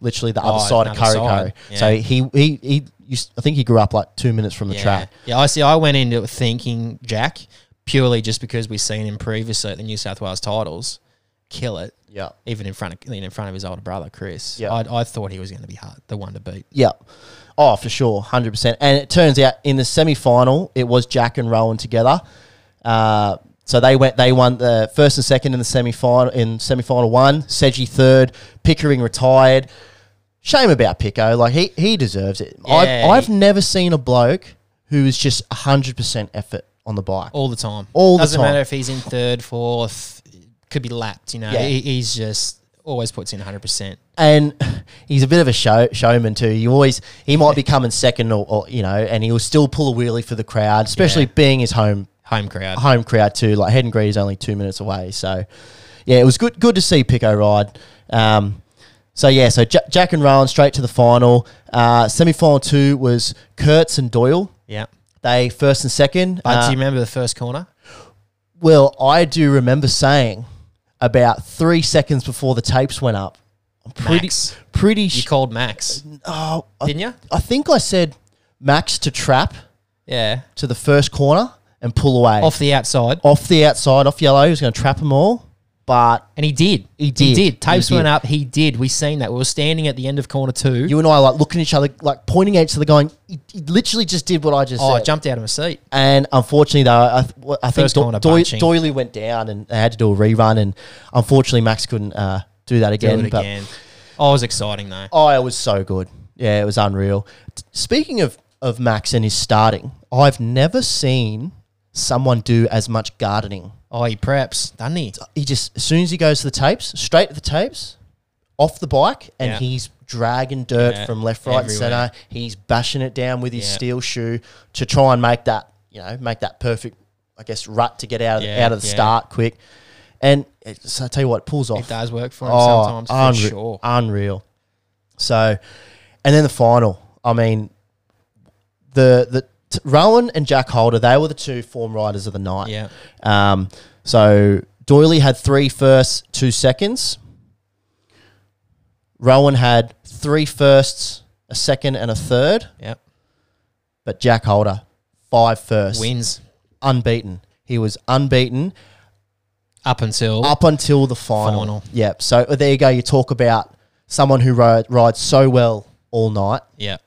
literally the other Oh, side of another Curry side. Curry. So Yeah. he he he used, I think he grew up like two minutes from the yeah. track. Yeah, I see. I went into it thinking Jack, purely just because we've seen him previously at the New South Wales titles kill it, Yeah. even in front of in front of his older brother Chris. Yeah. I, I thought he was going to be hard, the one to beat. Yeah. Oh, for sure, hundred percent. And it turns out in the semi final, it was Jack and Rowan together. Uh, so they went. They won the first and second in the semi final. In semi final one, Seji third. Pickering retired. Shame about Pico. Like he he deserves it. Yeah. I've I've never seen a bloke who is just hundred percent effort on the bike. all the time. All the doesn't time. matter if he's in third, fourth, could be lapped. You know, Yeah. he, he's just always puts in hundred percent. and he's a bit of a show, showman too. You always he might be coming second or, or you know, and he'll still pull a wheelie for the crowd, especially Yeah. being his home Home crowd. home crowd too. Like Head and Greed is only two minutes away, so yeah, it was good good to see Pico ride. Um, so yeah, so J- Jack and Rowan straight to the final. Uh, Semi final two was Kurtz and Doyle. Yeah. They first and second. But Uh, do you remember the first corner? well, I do remember saying about three seconds before the tapes went up. I'm pretty Max. pretty. You Sh- called Max, oh, I didn't you? I think I said Max to trap Yeah. to the first corner and pull away off, Off the outside. the outside, off yellow. He was going to trap them all, but And he did. He He did. did. Tapes He did. went up. He did. We seen that. We were standing at the end of corner two. you and I like looking at each other, like pointing at each other, going, "He, he literally just did what I just oh, I said." jumped out of my seat. And unfortunately, though, I, th- what- I think First Do- corner Doy- bunching. Doyley went down, and they had to do a rerun. And unfortunately, Max couldn't uh, do that Do again. it but again. Oh, it was exciting though. oh, it was so good. Yeah, it was unreal. T- Speaking of of Max and his starting, I've never seen someone do as much gardening Oh, he preps, doesn't he? he just as soon as he goes to the tapes, straight to the tapes, off the bike, and Yeah. he's dragging dirt Yeah, from left, right, and everywhere. center. He's bashing it down with his Yeah. steel shoe to try and make that you know make that perfect, I guess, rut to get out of the, Yeah, out of the yeah. start quick. And it's, I tell you what, it pulls off. He does work for him Oh, sometimes unre- for sure. unreal. So, and then the final. I mean, the the t- Rowan and Jack Holder, they were the two form riders of the night. Yeah. Um, so Doyley had three firsts, two seconds. Rowan had three firsts, a second, and a third. Yep. But Jack Holder, five firsts, Wins unbeaten. He was unbeaten up until up until the final. Final. Yep. So uh, there you go. You talk about someone who ride, rides so well all night yeah.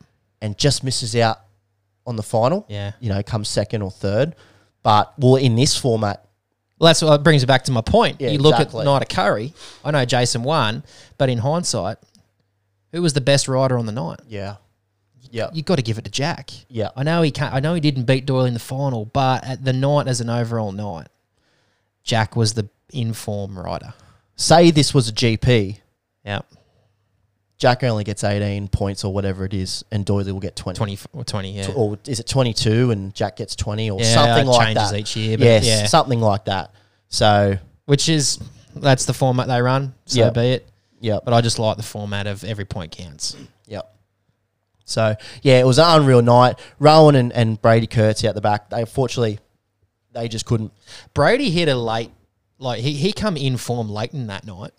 and just misses out on the final. Yeah. You know, comes second or third. But well, in this format, Well, that's what brings it back to my point. Yeah, you look exactly. at Night of Curry. I know Jason won, but in hindsight, who was the best rider on the night? yeah, yeah, You got to give it to Jack. yeah. I know he can't. I know he didn't beat Doyle in the final, but at the night as an overall night, Jack was the inform rider. Say this was a GP. Yeah, Jack only gets 18 points or whatever it is, and Doyley will get 20. twenty f- or twenty. Yeah, Or is it 22 and Jack gets 20 or Yeah, something it like changes that? each year, but yes, yeah. something like that. So, which is that's the format they run. So Yeah. be it. yep. But I just like the format of every point counts. Yep. So yeah, it was an unreal night. Rowan and, and Brady Kurtz out the back. They unfortunately they just couldn't. Brady hit a late, like he he come in form late in that night.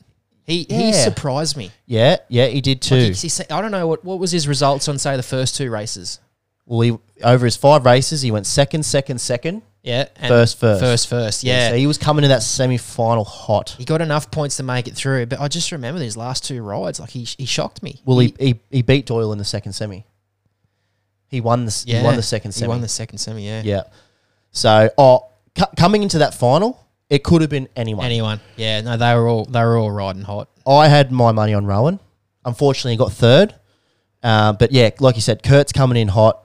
He he Yeah. surprised me. Yeah, yeah, he did too. Like, he- he sa- I don't know what, what was his results on say the first two races. well, he over his five races, he went second, second, second. Yeah, and First, first. first, first. Yeah, so he was coming to that semi final hot. he got enough points to make it through. But I just remember these last two rides, like he he shocked me. Well, he, he he beat Doyle in the second semi. He won the he won the second He semi. won the second semi. Yeah, yeah. So oh, cu- coming into that final, it could have been anyone. anyone. Yeah, no, they were all they were all riding hot. I had my money on Rowan. Unfortunately, he got third. Uh, but yeah, like you said, Kurt's coming in hot.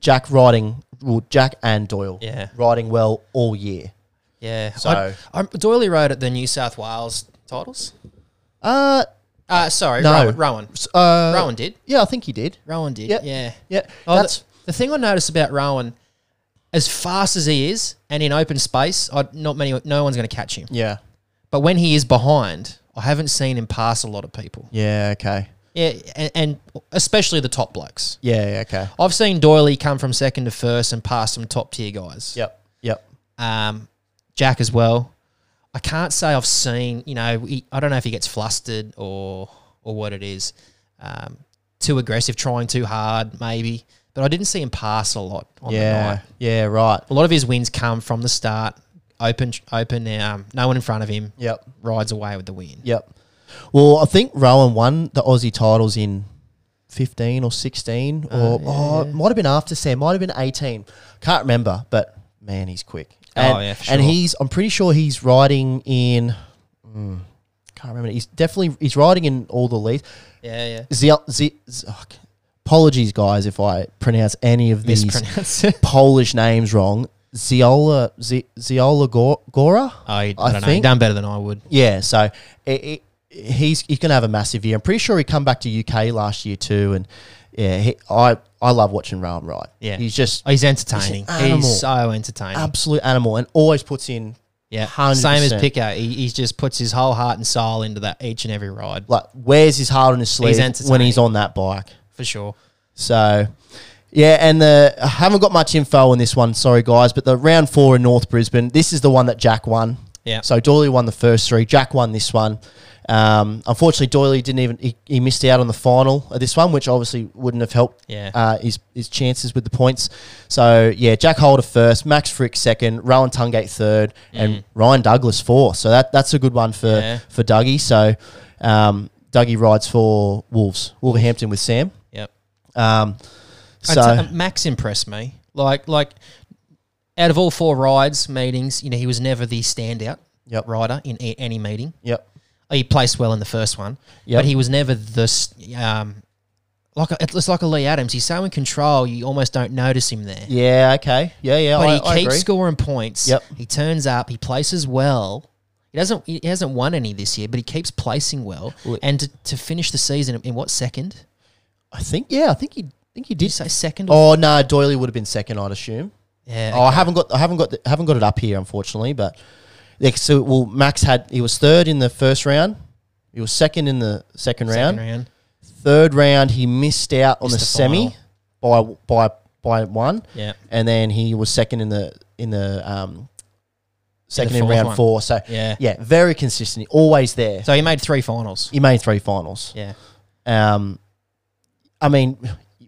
Jack riding, well, Jack and Doyle Yeah. riding well all year. Yeah, so So- I, I'm, Doyley rode at the New South Wales titles. Uh, Uh sorry, No. Rowan. Rowan. s- uh, Rowan did. Yeah, I think he did. Rowan did. Yeah. Yeah. Yeah, Oh, that's the, the thing I noticed about Rowan, as fast as he is and in open space, I, not many, no one's going to catch him. yeah, But when he is behind, I haven't seen him pass a lot of people. yeah. Okay, Yeah, and, and especially the top blokes. yeah, yeah, okay. I've seen Doyley come from second to first and pass some top tier guys. Yep, yep. Um, Jack as well. I can't say I've seen. You know, he, I don't know if he gets flustered or or what it is. Um, too aggressive, trying too hard, maybe. but I didn't see him pass a lot on the yeah, night. yeah, right. A lot of his wins come from the start, open, open, um, no one in front of him. Yep. rides away with the win. Yep. Well, I think Rowan won the Aussie titles in 15 or 16 or oh, it might have been after Sam, might have been 18. Can't remember, but man, he's quick. Oh, And, yeah, for And sure. he's I'm pretty sure he's riding in mm, can't remember. He's definitely he's riding in all the leads. Yeah, yeah. Zel- Z- Z- oh, c- apologies guys if I pronounce any of these Mispronounce it. Polish names wrong. Ziola Z- Ziola Gor- Gora? I, I I don't know. you think- done better than I would. Yeah, so it, it, he's he's going to have a massive year. I'm pretty sure he come back to UK last year too, and yeah, he, I I love watching Rowan ride. Yeah. he's just Oh, He's entertaining. He's an animal. He's so entertaining. absolute animal and always puts in yeah, 100%. same as Picker. He, he just puts his whole heart and soul into that each and every ride like wears his heart on his sleeve when he's entertaining. on that bike. for sure. So. Yeah, and the I haven't got much info on this one, sorry guys, but the round four in North Brisbane, this is the one that Jack won. Yeah. So Doyley won the first three. Jack won this one. Um, unfortunately, Doyley didn't even he, he missed out on the final of this one, which obviously wouldn't have helped Yeah. uh, his his chances with the points. So yeah, Jack Holder first, Max Frick second, Rowan Tungate third, and Ryan Douglas fourth. So that that's a good one for Mm. Yeah. for Dougie. So um, Dougie rides for Wolves, Wolverhampton with Sam. Yep. Um, so I t- um, Max impressed me. Like like out of all four rides meetings, you know, he was never the standout Yep. rider in a- any meeting. yep, He placed well in the first one, Yep. but he was never the s- um like a, it's like a Lee Adams. He's so in control, you almost don't notice him there. yeah, okay, yeah, yeah. I, But Oh, I he keeps agree. scoring points. Yep. He turns up. He places well. He doesn't. He hasn't won any this year, but he keeps placing well. Well, it- and to, to finish the season in what second? I think yeah, I think he think he Did you did. say second? Or Oh no, Doyley would have been second, I'd assume. yeah. Oh, I haven't got I haven't got the, haven't got it up here unfortunately, but like, so well Max had he was third in the first round. He was second in the second, round. second round. Third round he missed out on Missed the the semi by by by one. Yeah. And then he was second in the in the um second in, fourth round one. 4. So Yeah. yeah, very consistent, always there. So he made three finals. he made three finals. Yeah. Um I mean,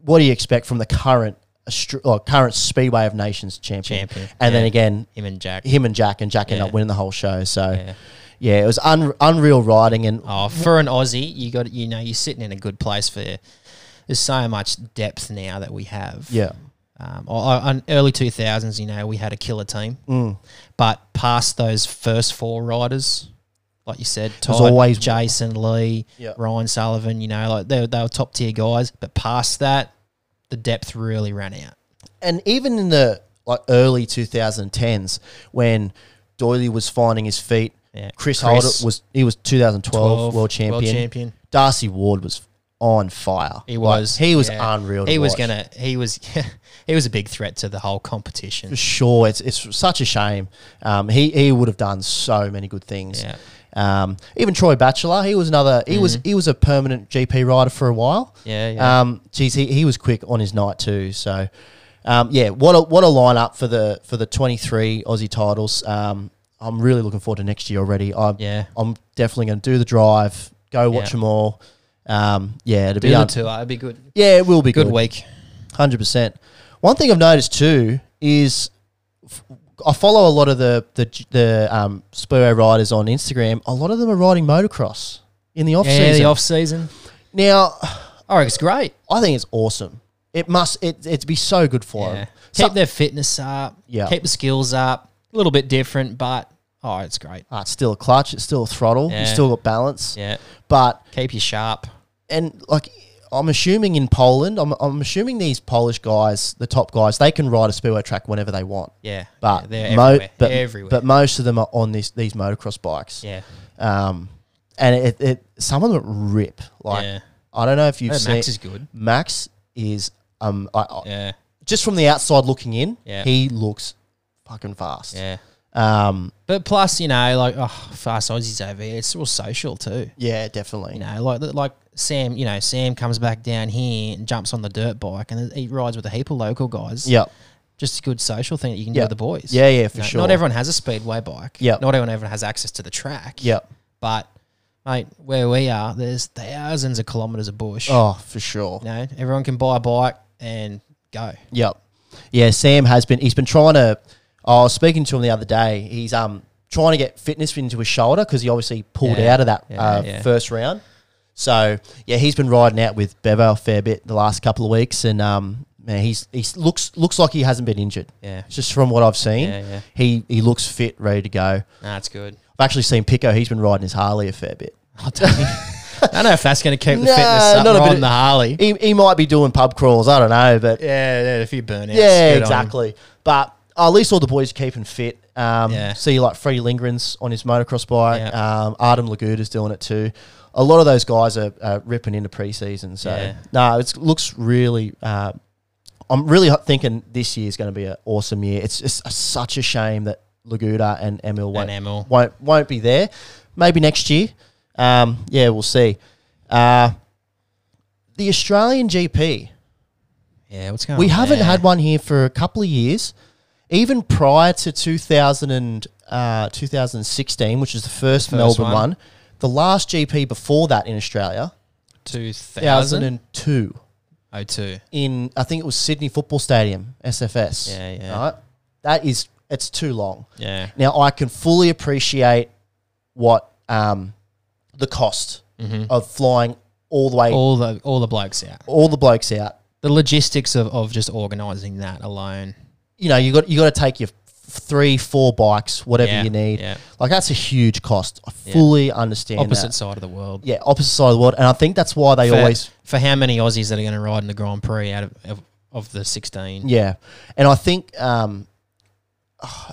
what do you expect from the current Austra- or current Speedway of Nations champion? Champion, And then yeah. again, Him and Jack. him and Jack, and Jack ended Yeah. up winning the whole show. So, yeah, Yeah. it was un- unreal riding, and Oh, for an Aussie, you got you know you're sitting in a good place for. There's so much depth now that we have. yeah, Um, or, or on early 2000s, you know, we had a killer team. Mm. But past those first four riders, like you said, Todd, always- Jason Lee, Yep. Ryan Sullivan, you know, like they, were- they were top tier guys. But past that, the depth really ran out. and even in the like early 2010s when Doyley was finding his feet, Yeah, Chris, Chris- Holder was he was 2012 12 world champion. champion. Darcy Ward was on fire. He Like, was. he was yeah. unreal. He to was watch. gonna. He was. he was a big threat to the whole competition. For sure, it's it's such a shame. Um, he he would have done so many good things. Yeah. Mm-hmm. Um, even Troy Batchelor, he was another. He was he was a permanent GP rider for a while. Yeah, yeah. Um, geez, he, he was quick on his night too. So, um, yeah, what a what a lineup for the for the twenty three Aussie titles. Um, I'm really looking forward to next year already. I Yeah. I'm definitely going to do the drive, go watch Yeah. them all. Um, yeah, it'll be Do the un- tour. It'd be good. yeah, it will be Good good. week. Hundred percent. One thing I've noticed too is f- I follow a lot of the the j- the um, Spuro riders on Instagram. A lot of them are riding motocross in the off Yeah, season. the off season. now, Oh, it's great. I think it's awesome. It must it it'd be so good for Yeah. them. So- Keep their fitness up. Yeah. Keep the skills up. A little bit different, but oh, it's great. Ah, it's still a clutch. It's still a throttle. You Yeah. still got balance. Yeah. But Keep you sharp. and like I'm assuming in Poland, I'm I'm assuming these Polish guys, the top guys, they can ride a speedway track whenever they want. Yeah. But yeah, mo- everywhere. but everywhere. but most of them are on these these motocross bikes. yeah. Um, and it, it some of them rip. Like Yeah. I don't know if you've Uh, seen Max is good. Max is um I, I- Yeah. just from the outside looking in, Yeah. he looks fucking fast. Yeah. Um, But plus, you know, like oh, fast Aussies over here, it's all social too. yeah, definitely. You know, like like Sam, you know, Sam comes back down here and jumps on the dirt bike and he rides with a heap of local guys. Yep. just a good social thing that you can Yeah. do with the boys. Yeah, yeah, for You know, sure. Not everyone has a speedway bike. Yeah. Not everyone ever has access to the track. Yep. But mate, where we are, there's thousands of kilometers of bush. Oh, for sure. You know, everyone can buy a bike and go. Yep. Yeah, Sam has been. He's been trying to. I was speaking to him the other day. He's um trying to get fitness into his shoulder because he obviously pulled Yeah, out of that yeah, uh, yeah. first round. So yeah, he's been riding out with Bevo a fair bit the last couple of weeks, and um man, he's he looks looks like he hasn't been injured. Yeah. Just from what I've seen, Yeah, yeah. he he looks fit, ready to go. That's good. I've actually seen Pico. He's been riding his Harley a fair bit. I Oh, don't, think- I don't know if that's going to keep the No, fitness up not a on bit of- the Harley. He he might be doing pub crawls. I don't know, but Yeah, yeah, a few burnouts. Yeah, Good on him. exactly. But at least all the boys keeping fit. Um, Yeah. See, like Freddie Lindgren's on his motocross bike. Yeah. Um, Artem Laguda's doing it too. A lot of those guys are uh, ripping into preseason. So, Yeah. no, it looks really. Uh, I'm really ho- thinking this year is going to be an awesome year. It's just a- such a shame that Laguda and Emil won't, Emil. won't won't be there. Maybe next year. Um, yeah, we'll see. Uh, the Australian GP. Oh, Yeah, what's going on? We haven't there? had one here for a couple of years, even prior to 2000 and, uh, 2016, which is the first, The first Melbourne one. one. The last GP before that in Australia, 2002. 2002, in I think it was Sydney Football Stadium, SFS. Yeah, yeah. Right? That is, it's too long. Yeah. Now I can fully appreciate what um, the cost of flying all the way, all, All the all the blokes out. the blokes out. The logistics of, of just organising that alone. You know, you got you got to take your f- three, four bikes, whatever Yeah, you need. yeah. Like that's a huge cost. I fully understand Opposite that. side of the world. Yeah, opposite side of the world, and I think that's why they For, always. for how many Aussies that are going to ride in the Grand Prix out of, of, of the 16? Yeah, and I think um,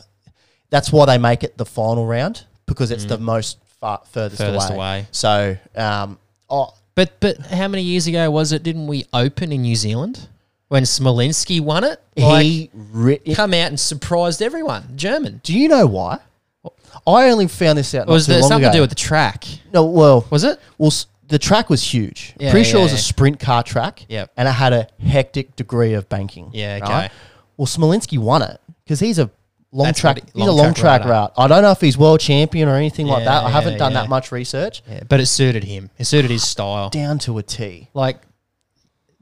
that's why they make it the final round because it's the most far, furthest, Mm. Furthest away. away. So, um, oh, But but how many years ago was it? Didn't we open in New Zealand when Smolinski won it? he ri- come out and surprised everyone. German. Do you know why? I only found this out. Not was too there long something ago. to do with the track? No, well, Was it? well, s- the track was huge. Yeah, Pretty sure it was yeah, a yeah. sprint car track. Yep. And it had a hectic degree of banking. Yeah, okay. Well, Smolinski won it because he's a long That's track. what he- he's a long long track track, rider. route. I don't know if he's world champion or anything like that. Yeah, I haven't yeah, done yeah. that much research. Yeah, but it suited him. It suited his style. Down to a T. Like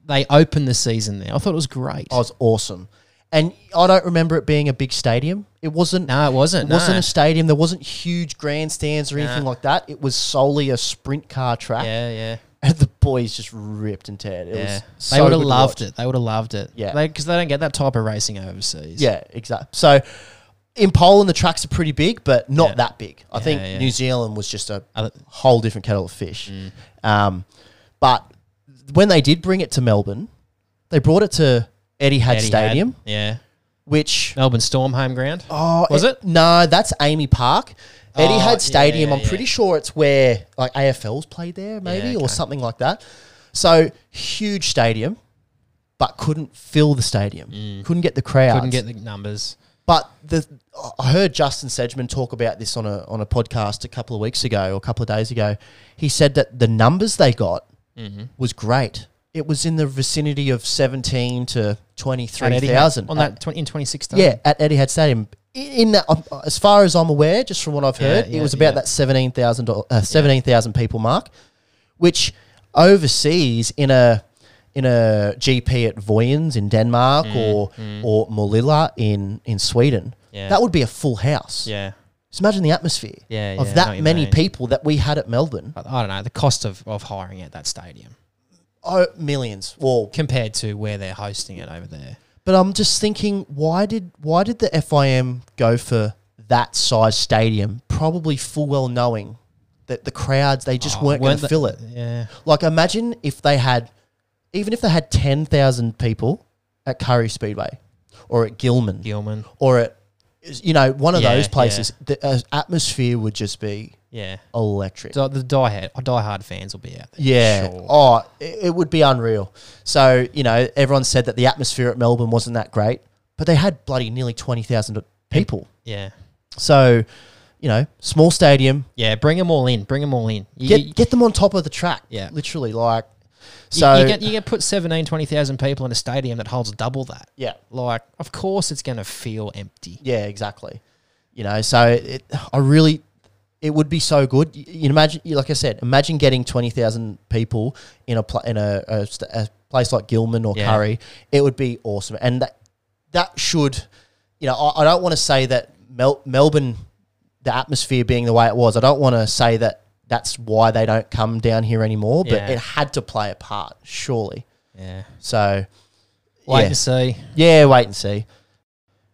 they opened the season there. I thought it was great. I was awesome. And I don't remember it being a big stadium. It wasn't. no, it It wasn't. wasn't no. a stadium. There wasn't huge grandstands or anything Nah. like that. It was solely a sprint car track. yeah, yeah. And the boys just ripped and teared. It Yeah. was so they would have good to loved watch. it. They would have loved it. Yeah. Because they, don't get that type of racing overseas. Yeah, exactly. So in Poland, the tracks are pretty big, but not Yeah. that big. I think yeah. New Zealand was just a Other- whole different kettle of fish. Um, but when they did bring it to Melbourne, they brought it to Etihad Etihad. Stadium, Yeah. which Melbourne Storm home ground. oh, Was it? Oh, No, that's Amy Park. yeah, Etihad Stadium. I'm yeah. pretty sure it's where like AFL's played there, maybe Yeah, okay. or something like that. So huge stadium, but couldn't fill the stadium. Couldn't get the crowds. Mm. Couldn't get the numbers. But the I heard Justin Sedgman talk about this on a on a podcast a couple of weeks ago or a couple of days ago. He said that the numbers they got was great. It was in the vicinity of seventeen to twenty At three Etihad thousand on that 20, in 2016. Yeah, at Etihad Stadium. I- In that, um, as far as I'm aware, just from what I've Yeah, heard, yeah, it was about yeah. that seventeen thousand uh, seventeen thousand people mark, which overseas in a in a GP at Voyens in Denmark Mm, or or Molilla in in Sweden, Yeah. that would be a full house. Yeah. Just imagine the atmosphere Yeah, yeah, I of know what that you many mean. people that we had at Melbourne. I, I don't know the cost of, of hiring at that stadium Oh, millions. Well, compared to where they're hosting it over there. But I'm just thinking, why did why did the FIM go for that size stadium? Probably full well knowing that the crowds they just Oh, weren't going weren't to the- fill it. Yeah, Like imagine if they had, even if they had ten thousand people at Curry Speedway, or at Gilman, Gilman. or at you know one of Yeah, those yeah. places, the uh, atmosphere would just be Yeah, electric. Di- the diehard diehard fans will be out there. Yeah. sure. Oh, it, it would be unreal. So, you know, everyone said that the atmosphere at Melbourne wasn't that great, but they had bloody nearly 20,000 people. yeah, So, you know, small stadium, yeah. Bring them all in. Bring them all in. You, get you, get them on top of the track. Yeah. Literally like you- so you get you get put 17, 20,000 people in a stadium that holds double that. yeah. Like, of course, it's going to feel empty. Yeah, exactly. You know, so it, I really it would be so good. You, you imagine, you- like I said, imagine getting twenty thousand people in a pla in a, a, st- a place like Gilman or Yeah. Curry. It would be awesome, and that that should, you know, I, I don't want to say that Mel- Melbourne, the atmosphere being the way it was. I don't want to say that that's why they don't come down here anymore. But Yeah. it had to play a part, surely. Yeah. So Wait yeah. and see. Yeah, wait and see.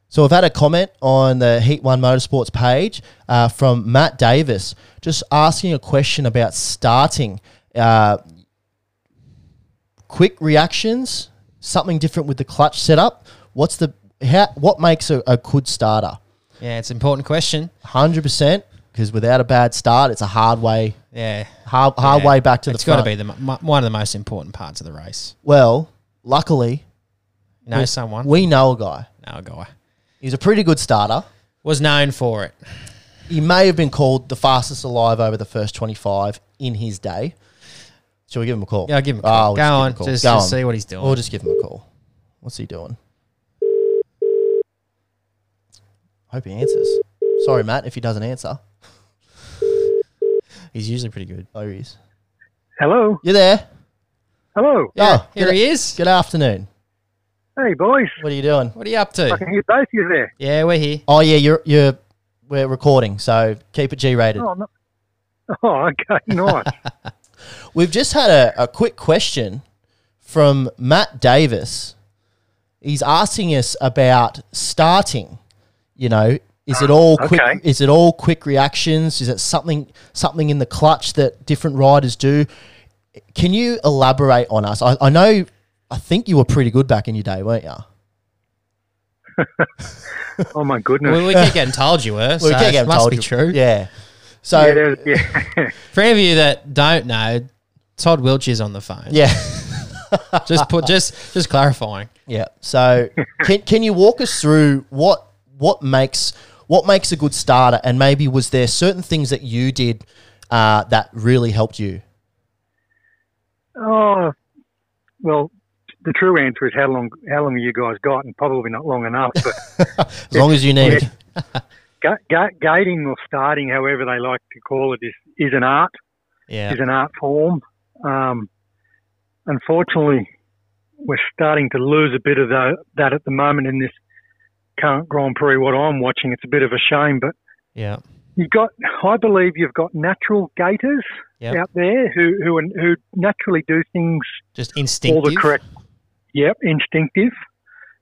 So I've had a comment on the Heat One Motorsports page uh, from Matt Davis, just asking a question about starting. Uh, quick reactions, something different with the clutch setup. What's the how, what makes a, a good starter? Yeah, it's an important question. Hundred percent, because without a bad start, it's a hard way Yeah. hard, hard Yeah. way back to It's the got to front. be the mo- mo- one of the most important parts of the race. Well, luckily, You know, We- someone. we know a guy. no guy He's a pretty good starter. was known for it. He may have been called the fastest alive over the first 25 in his day. Shall we give him a call? Yeah, give him a Ah, we'll call. Go just give him on, a call. just, Go just on. see what he's doing. We'll just give him a call. What's he doing? Hope he answers. Sorry, Matt, if he doesn't answer. He's usually pretty good. Oh, he is. Hello. You there? Hello. Yeah. Here he is. Good afternoon. Hey, boys. What are you doing? What are you up to? I can hear both of you there. Yeah, we're here. Oh yeah, you're you're we're recording, so keep it G rated. Oh, no. oh okay. Nice. We've just had a, a quick question from Matt Davis. He's asking us about starting. You know, is it all quick? okay. Is it all quick reactions? Is it something something in the clutch that different riders do? Can you elaborate on us? I, I know, I think you were pretty good back in your day, weren't you? oh, my goodness. We, we keep getting told you were. so we can't get it must told be you- true. Yeah. So uh, Yeah, yeah, there's- yeah. For any of you that don't know, Todd Wilch is on the phone. yeah. Just put just just clarifying. So can can you walk us through what what makes what makes a good starter, and maybe was there certain things that you did uh, that really helped you? Oh, well, the true answer is how long how long have you guys got, and probably not long enough. But As long as you need. Yeah. ga- ga- gating or starting, however they like to call it, is, is an art. Yeah. is an art form. Um, unfortunately, we're starting to lose a bit of tho- that at the moment in this current Grand Prix. What I'm watching, it's a bit of a shame, but Yeah. you've got, I believe, you've got natural gators Yep. out there who who who naturally do things Just instinctive. all the correct, yep, instinctive.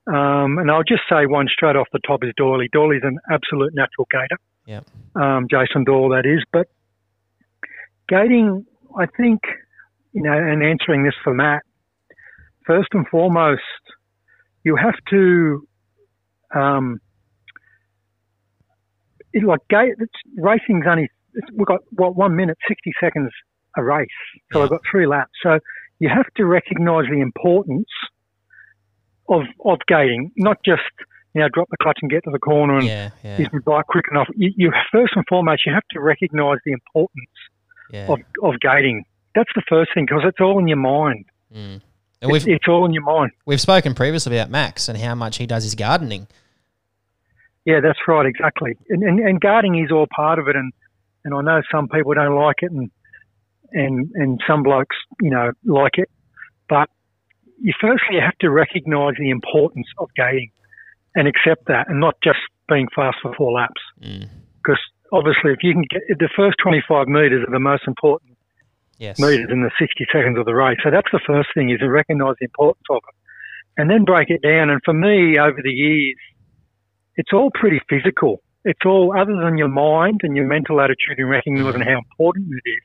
Um, and I'll just say one straight off the top is Doyley. Doyley's an absolute natural gator. Yep. Um, Jason Doyle, that is. But gating, I think, you know, and answering this for Matt, first and foremost, you have to, um, it, like, gate, it's, racing's only, it's, we've got, what, one minute, 60 seconds a race. So Yeah. I've got three laps. So you have to recognise the importance of, of gating, not just, you know, drop the clutch and get to the corner and Yeah, yeah, is my bike quick enough? You, you first and foremost, you have to recognise the importance yeah. of, of gating. That's the first thing because it's all in your mind. Mm. And we've It's all in your mind. we've spoken previously about Max and how much he does his gardening. Yeah, that's right, exactly. And, and, and guarding is all part of it. And, and I know some people don't like it, and and and some blokes, you know, like it. But you firstly have to recognise the importance of gating and accept that, and not just being fast for four laps. Mm. Because obviously, if you can get the first twenty-five metres are the most important. Yes. metres in the 60 seconds of the race. So that's the first thing is to recognise the importance of it and then break it down. And for me, over the years, it's all pretty physical. It's all other than your mind and your mental attitude and recognising how important it is.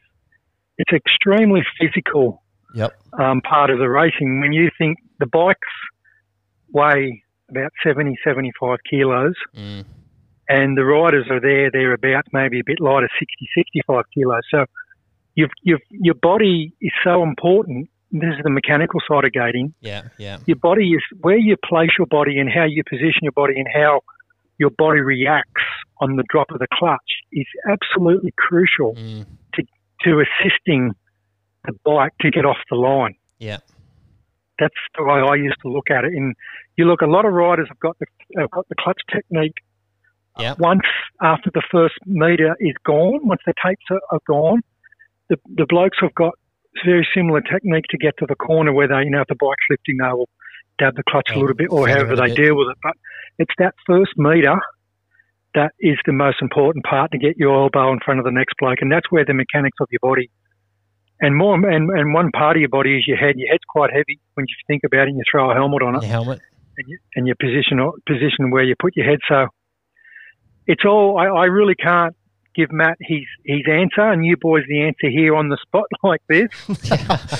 It's extremely physical Yep. um, part of the racing. When you think the bikes weigh about 70, 75 kilos Mm. and the riders are there, they're about maybe a bit lighter, 60, 65 kilos. So you've, you've, your body is so important. This is the mechanical side of gating. Yeah, yeah, Your body is where you place your body and how you position your body and how your body reacts on the drop of the clutch is absolutely crucial mm. to assisting the bike to get off the line. yeah, That's the way I used to look at it. And you look, a lot of riders have got the have got the clutch technique Yeah. once after the first meter is gone, once the tapes are, are gone, the, the blokes have got very similar technique to get to the corner where they, you know, if the bike's lifting, they will dab the clutch a Yeah, little bit or feather however it a they bit. deal with it. But it's that first meter that is the most important part to get your elbow in front of the next bloke. And that's where the mechanics of your body and more and, and one part of your body is your head. Your head's quite heavy when you think about it and you throw a helmet on it Your helmet. and, you, and your position position where you put your head. So it's all. I, I really can't give Matt his his answer, and you boys the answer here on the spot like this.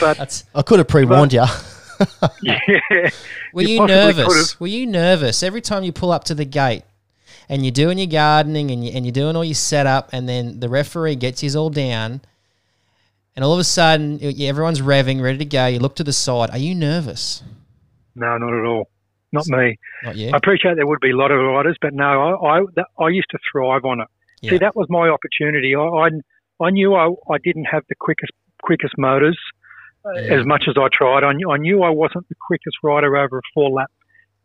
but That's. I could have pre warned you. yeah, Were You you, possibly nervous? could've. Were you nervous every time you pull up to the gate and you're doing your gardening and, you, and you're doing all your setup and then the referee gets his all down and all of a sudden you- everyone's revving, ready to go. You look to the side. Are you nervous? no, not at all. Not me. Not yet. I appreciate there would be a lot of riders, but no, I I, that, I used to thrive on it. Yeah. See, that was my opportunity. I I, I knew I, I didn't have the quickest quickest motors uh, as much as I tried. I knew, I knew I wasn't the quickest rider over a four lap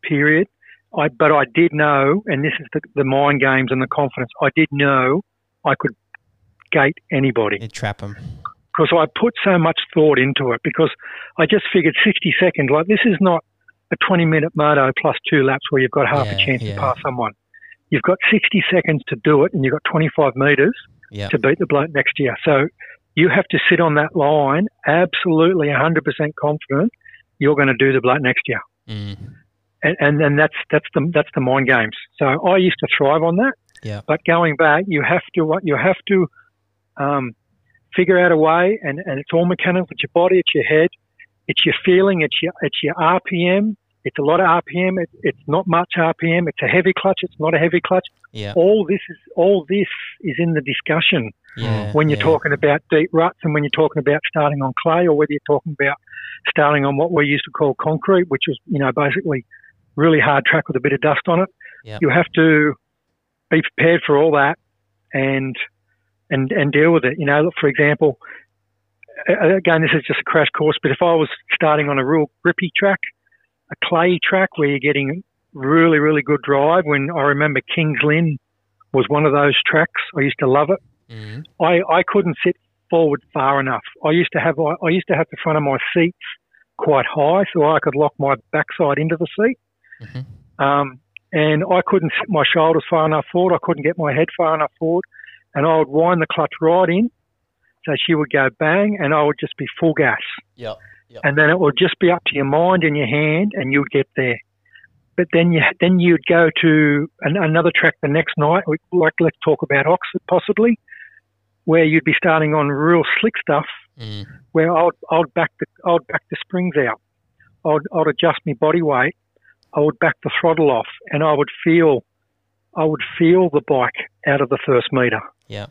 period. I but I did know, and this is the, the mind games and the confidence. I did know I could gate anybody You trap him. because I put so much thought into it because I just figured 60 seconds, like this is not a 20 minute moto plus two laps where you've got half Yeah, a chance yeah. to pass someone. You've got 60 seconds to do it and you've got 25 metres Yeah. to beat the bloke next year. So you have to sit on that line absolutely 100% confident you're going to do the bloke next year. Mm. And, and and that's that's the that's the mind games. So I used to thrive on that. Yeah. But going back, you have to you have to um, figure out a way, and, and it's all mechanical. It's your body, it's your head, it's your feeling, it's your it's your RPM. It's a lot of RPM. It, it's not much RPM. It's a heavy clutch. It's not a heavy clutch. Yeah. All this is all this is in the discussion yeah. Hmm. Mm. when you're yeah. talking about deep ruts and when you're talking about starting on clay or whether you're talking about starting on what we used to call concrete, which was, you know, basically really hard track with a bit of dust on it. Yeah. You have to be prepared for all that and and and deal with it. You know, look, for example, a- again, this is just a crash course, but if I was starting on a real grippy track, a clay track where you're getting really, really good drive, when I remember Kings Lynn was one of those tracks. I used to love it. Mm. I, I couldn't sit forward far enough. I used to have I, I used to have the front of my seats quite high so I could lock my backside into the seat. Mhm. Mm-hmm. Um, and I couldn't sit my shoulders far enough forward. I couldn't get my head far enough forward. And I would wind the clutch right in, so she would go bang, and I would just be full gas. Yep, yep. And then it would just be up to your mind and your hand, and you'd get there. But then you then you'd go to an, another track the next night. we- Like let's talk about Oxford possibly, where you'd be starting on real slick stuff, Mm. where I'd, I'd back the I'd back the springs out, I'd, I'd adjust my body weight, I would back the throttle off, and I would feel I would feel the bike out of the first meter. Yeah.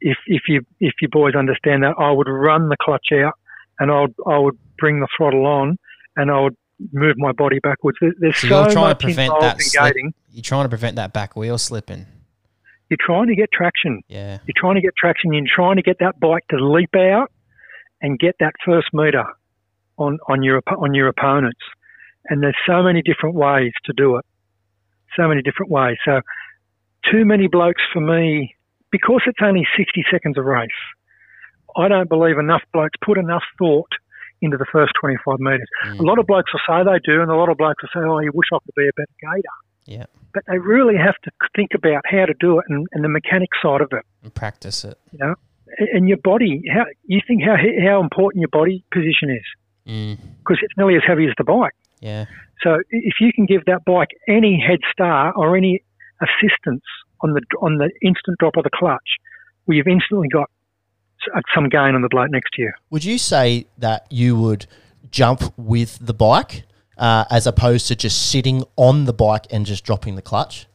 If if you if you boys understand that, I would run the clutch out, and I would I would bring the throttle on, and I would move my body backwards. There- There's So so you're trying to much prevent involved that in slip. gating. You're trying to prevent that back wheel slipping. You're trying to get traction. Yeah. You're trying to get traction. You're trying to get that bike to leap out and get that first meter on, on your op- on your opponents. And there's so many different ways to do it. So many different ways. So too many blokes for me because it's only 60 seconds of race. I don't believe enough blokes put enough thought into the first 25 metres. Mm. A lot of blokes will say they do, and a lot of blokes will say, "Oh, you wish I could be a better gator." Yeah. But they really have to think about how to do it and, and the mechanic side of it And practice it. you know, a- and your body. How you think how how important your body position is Mm. because it's nearly as heavy as the bike. Yeah. So i- if you can give that bike any head start or any assistance on the on the instant drop of the clutch, well, you've instantly got s- uh, some gain on the bloke next to you. Would you say that you would jump with the bike uh, as opposed to just sitting on the bike and just dropping the clutch?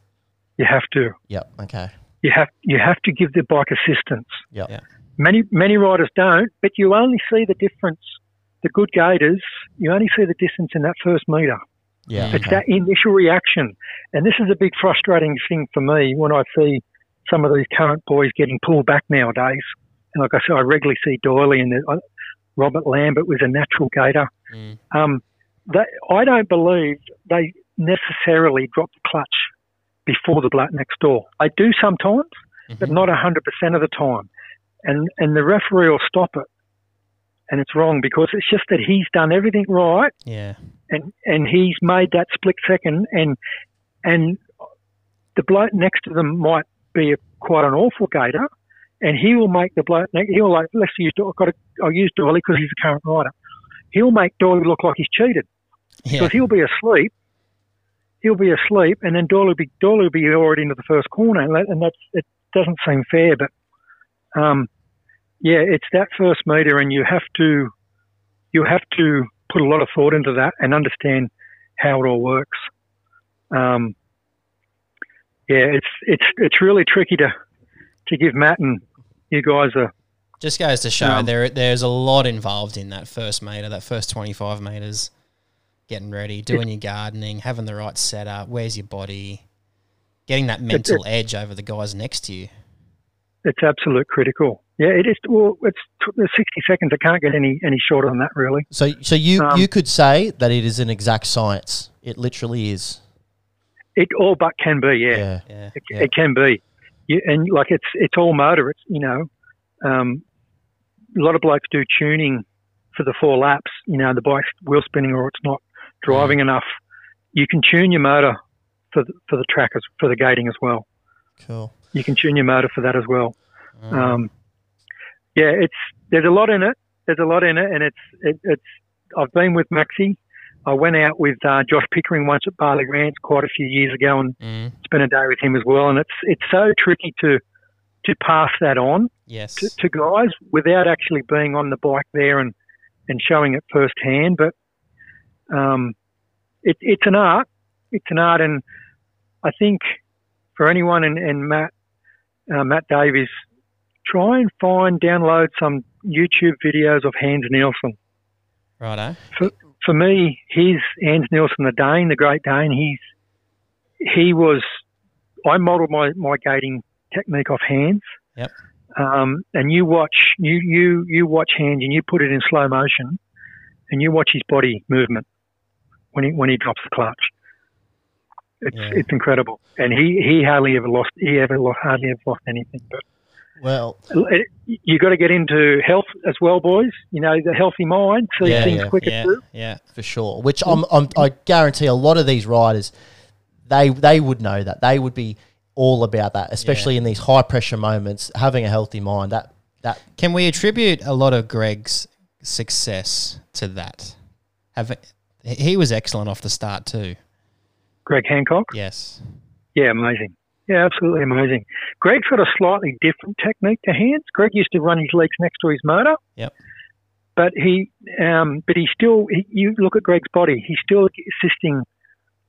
You have to. Yep. Okay. You have you have to give the bike assistance. Yep. Yeah. Many many riders don't, but you only see the difference. The good gators, you only see the distance in that first metre. Yeah. It's okay. that initial reaction. And this is a big frustrating thing for me when I see some of these current boys getting pulled back nowadays. And like I said, I regularly see Doyley and the, uh, Robert Lambert was a natural gator. Mm. Um, they, I don't believe they necessarily drop the clutch before the bloke next door. They do sometimes, but Mm-hmm. not 100% of the time. And, and the referee will stop it. And it's wrong because it's just that he's done everything right Yeah. and and he's made that split second, and and the bloke next to them might be a, quite an awful gator, and he will make the bloke next. He'll like let's use Do- I've got to, I'll use Doily because he's the current rider. He'll make Doily look like he's cheated Yeah. because he'll be asleep. He'll be asleep, and then Doyle will be Doyle will be already into the first corner, and, that, and that's it doesn't seem fair, but um, yeah, it's that first meter, and you have to you have to put a lot of thought into that and understand how it all works. Um, yeah, it's it's it's really tricky to to give Matt and you guys a Just goes to show Um, there there's a lot involved in that first meter, that first 25 meters. Getting ready, doing your gardening, having the right setup, where's your body, getting that mental edge over the guys next to you. it's absolute critical. Yeah, it is. Well, it's t- it's sixty seconds. I can't get any any shorter than that, really. So, so you Um, you could say that it is an exact science. It literally is. It all but can be, yeah. Yeah. Yeah. It, Yeah. it can be, you, and like it's it's all motor. It's you know, um, a lot of blokes do tuning for the four laps. You know, the bike's wheel spinning or it's not driving enough. You can tune your motor for the, for the track as for the gating as well. Cool. You can tune your motor for that as well. Um, yeah, it's there's a lot in it. There's a lot in it, and it's it, it's. I've been with Maxi. I went out with uh, Josh Pickering once at Barley Grants quite a few years ago, and Mm, spent a day with him as well, and it's it's so tricky to to pass that on yes. to, to guys without actually being on the bike there and and showing it firsthand. But um, it, it's an art. It's an art, and I think for anyone and, and Matt uh, Matt Davies, try and find download some YouTube videos of Hans Nielsen Righto. for me, he's Hans Nielsen, the Dane, the great Dane. He's he was. I modelled my my gating technique off Hans. Yep. Um, and you watch you you you watch Hans and you put it in slow motion, and you watch his body movement when he when he drops the clutch. It's Yeah. it's incredible, and he he hardly ever lost he ever lost, hardly ever lost anything. But Well, it- you got to get into health as well, boys. You know the healthy mind sees Yeah, things yeah, quicker Yeah. too. Yeah. for sure. Which I'm, I'm, I guarantee a lot of these riders, they they would know that they would be all about that, especially in these high pressure moments. Having a healthy mind that that Can we attribute a lot of Greg's success to that? Have he was excellent off the start too. Greg Hancock. Yes. Yeah, amazing. Yeah, absolutely amazing. Greg's got a slightly different technique to Hans. Greg used to run his legs next to his motor. Yep. But he, um, but he still. He, you look at Greg's body. He's still assisting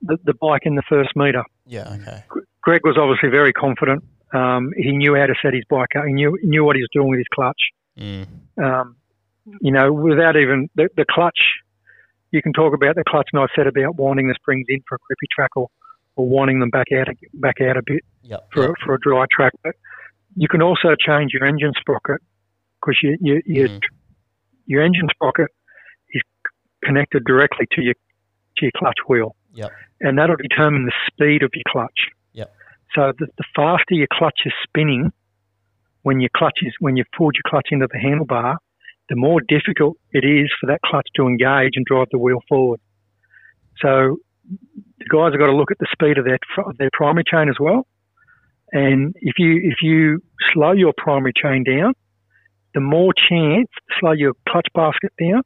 the, the bike in the first meter. yeah okay Greg was obviously very confident. Um, he knew how to set his bike up. He knew knew what he was doing with his clutch. Mm. Um, you know, without even the, the clutch. You can talk about the clutch, and I said about winding the springs in for a grippy track, or, or winding them back out a- back out a bit yep for, for a dry track. But you can also change your engine sprocket because you, you, you, Mm. Mhm. your engine sprocket is connected directly to your to your clutch wheel, yep and that'll determine the speed of your clutch. Yep. So the, the faster your clutch is spinning, when your clutch is when you've pulled your clutch into the handlebar, the more difficult it is for that clutch to engage and drive the wheel forward. So the guys have got to look at the speed of their of their primary chain as well. And if you if you slow your primary chain down, the more chance slow your clutch basket down,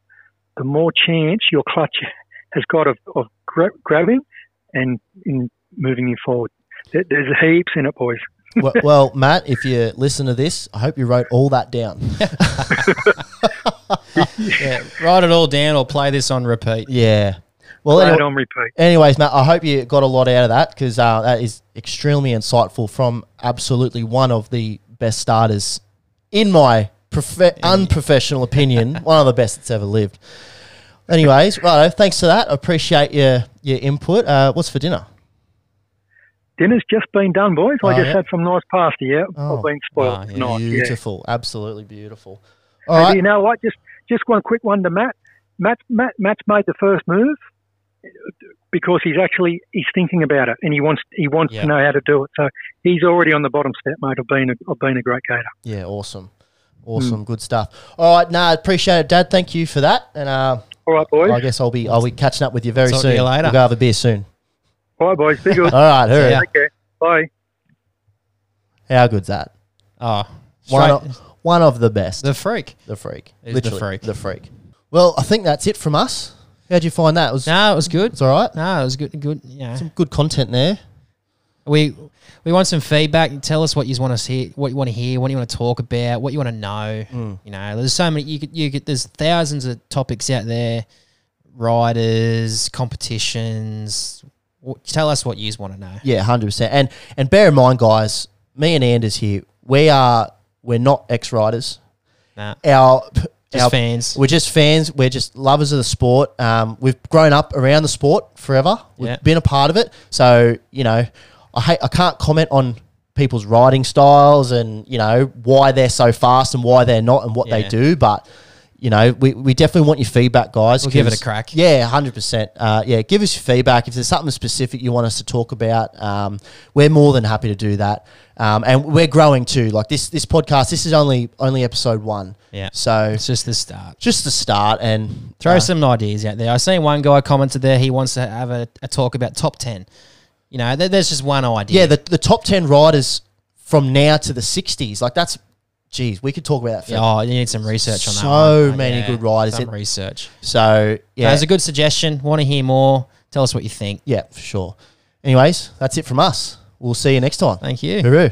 the more chance your clutch has got of, of gra- grabbing and in moving you forward. There, there's heaps in it, boys. well, well, Matt, if you listen to this, I hope you wrote all that down. Yeah. Write it all down or play this on repeat. yeah. Well, Play anyway, it on repeat. anyways, Matt, I hope you got a lot out of that because uh, that is extremely insightful from absolutely one of the best starters, in my prof- unprofessional opinion, one of the best that's ever lived. Anyways, righto, thanks for that. I appreciate your your input. Uh, what's for dinner? Dinner's just been done, boys. Oh, I just yeah. had some nice pasta. Yeah, Oh. I've been spoiled Wow, Ah, yeah. tonight. yeah. Beautiful, absolutely beautiful. All right, You know what? Just just one quick one to Matt. Matt, Matt. Matt's made the first move. because he's actually he's thinking about it and he wants he wants Yeah. to know how to do it. So he's already on the bottom step, mate, of being a, of being a great gator. Yeah, awesome. Awesome, good stuff. All right, nah, appreciate it, Dad. Thank you for that, and uh, All right, boys. I guess I'll be I'll be catching up with you very Talk to soon. you later. We'll go have a beer soon. All right, boys. Be good. All right, hurry. ya. Take care. Bye. How good's that? Oh, One, straight- of, one of the best. the freak. The freak. He's the Literally. freak. The freak. Well, I think that's it from us. How'd you find that? It was No, it was good. it's all right. No, it was good. Good. Yeah. Some good content there. We we want some feedback. Tell us what you want to see, what you want to hear, what you want to talk about, what you want to know. Mm. You know, there's so many. You could you could. There's thousands of topics out there. Riders, competitions. Wh- Tell us what you want to know. Yeah, hundred percent. And and bear in mind, guys, me and Anders here, we are we're not ex riders. Nah, Our just our, fans. We're just fans. We're just lovers of the sport. Um, we've grown up around the sport forever. We've Yeah. been a part of it. So you know, I hate, I can't comment on people's riding styles and you know why they're so fast and why they're not and what they Yeah. do, but. You know, we, we definitely want your feedback, guys. We'll give it 'cause- a crack. Yeah, hundred percent. Uh, yeah, give us your feedback if there's something specific you want us to talk about. Um, we're more than happy to do that, um, and we're growing too. Like this this podcast, this is only only episode one. Yeah. So It's just the start. just the start and Throw uh, some ideas out there. I seen one guy commented there. He wants to have a, a talk about top ten. You know, there, there's just one idea. yeah the, the top 10 riders from now to the 60s like that's geez we could talk about that for Yeah, oh, you need some research on that. So one. many good riders. Some It- research. so yeah That's a good suggestion. Want to hear more? Tell us what you think. yeah for sure anyways that's it from us we'll see you next time Thank you. hooroo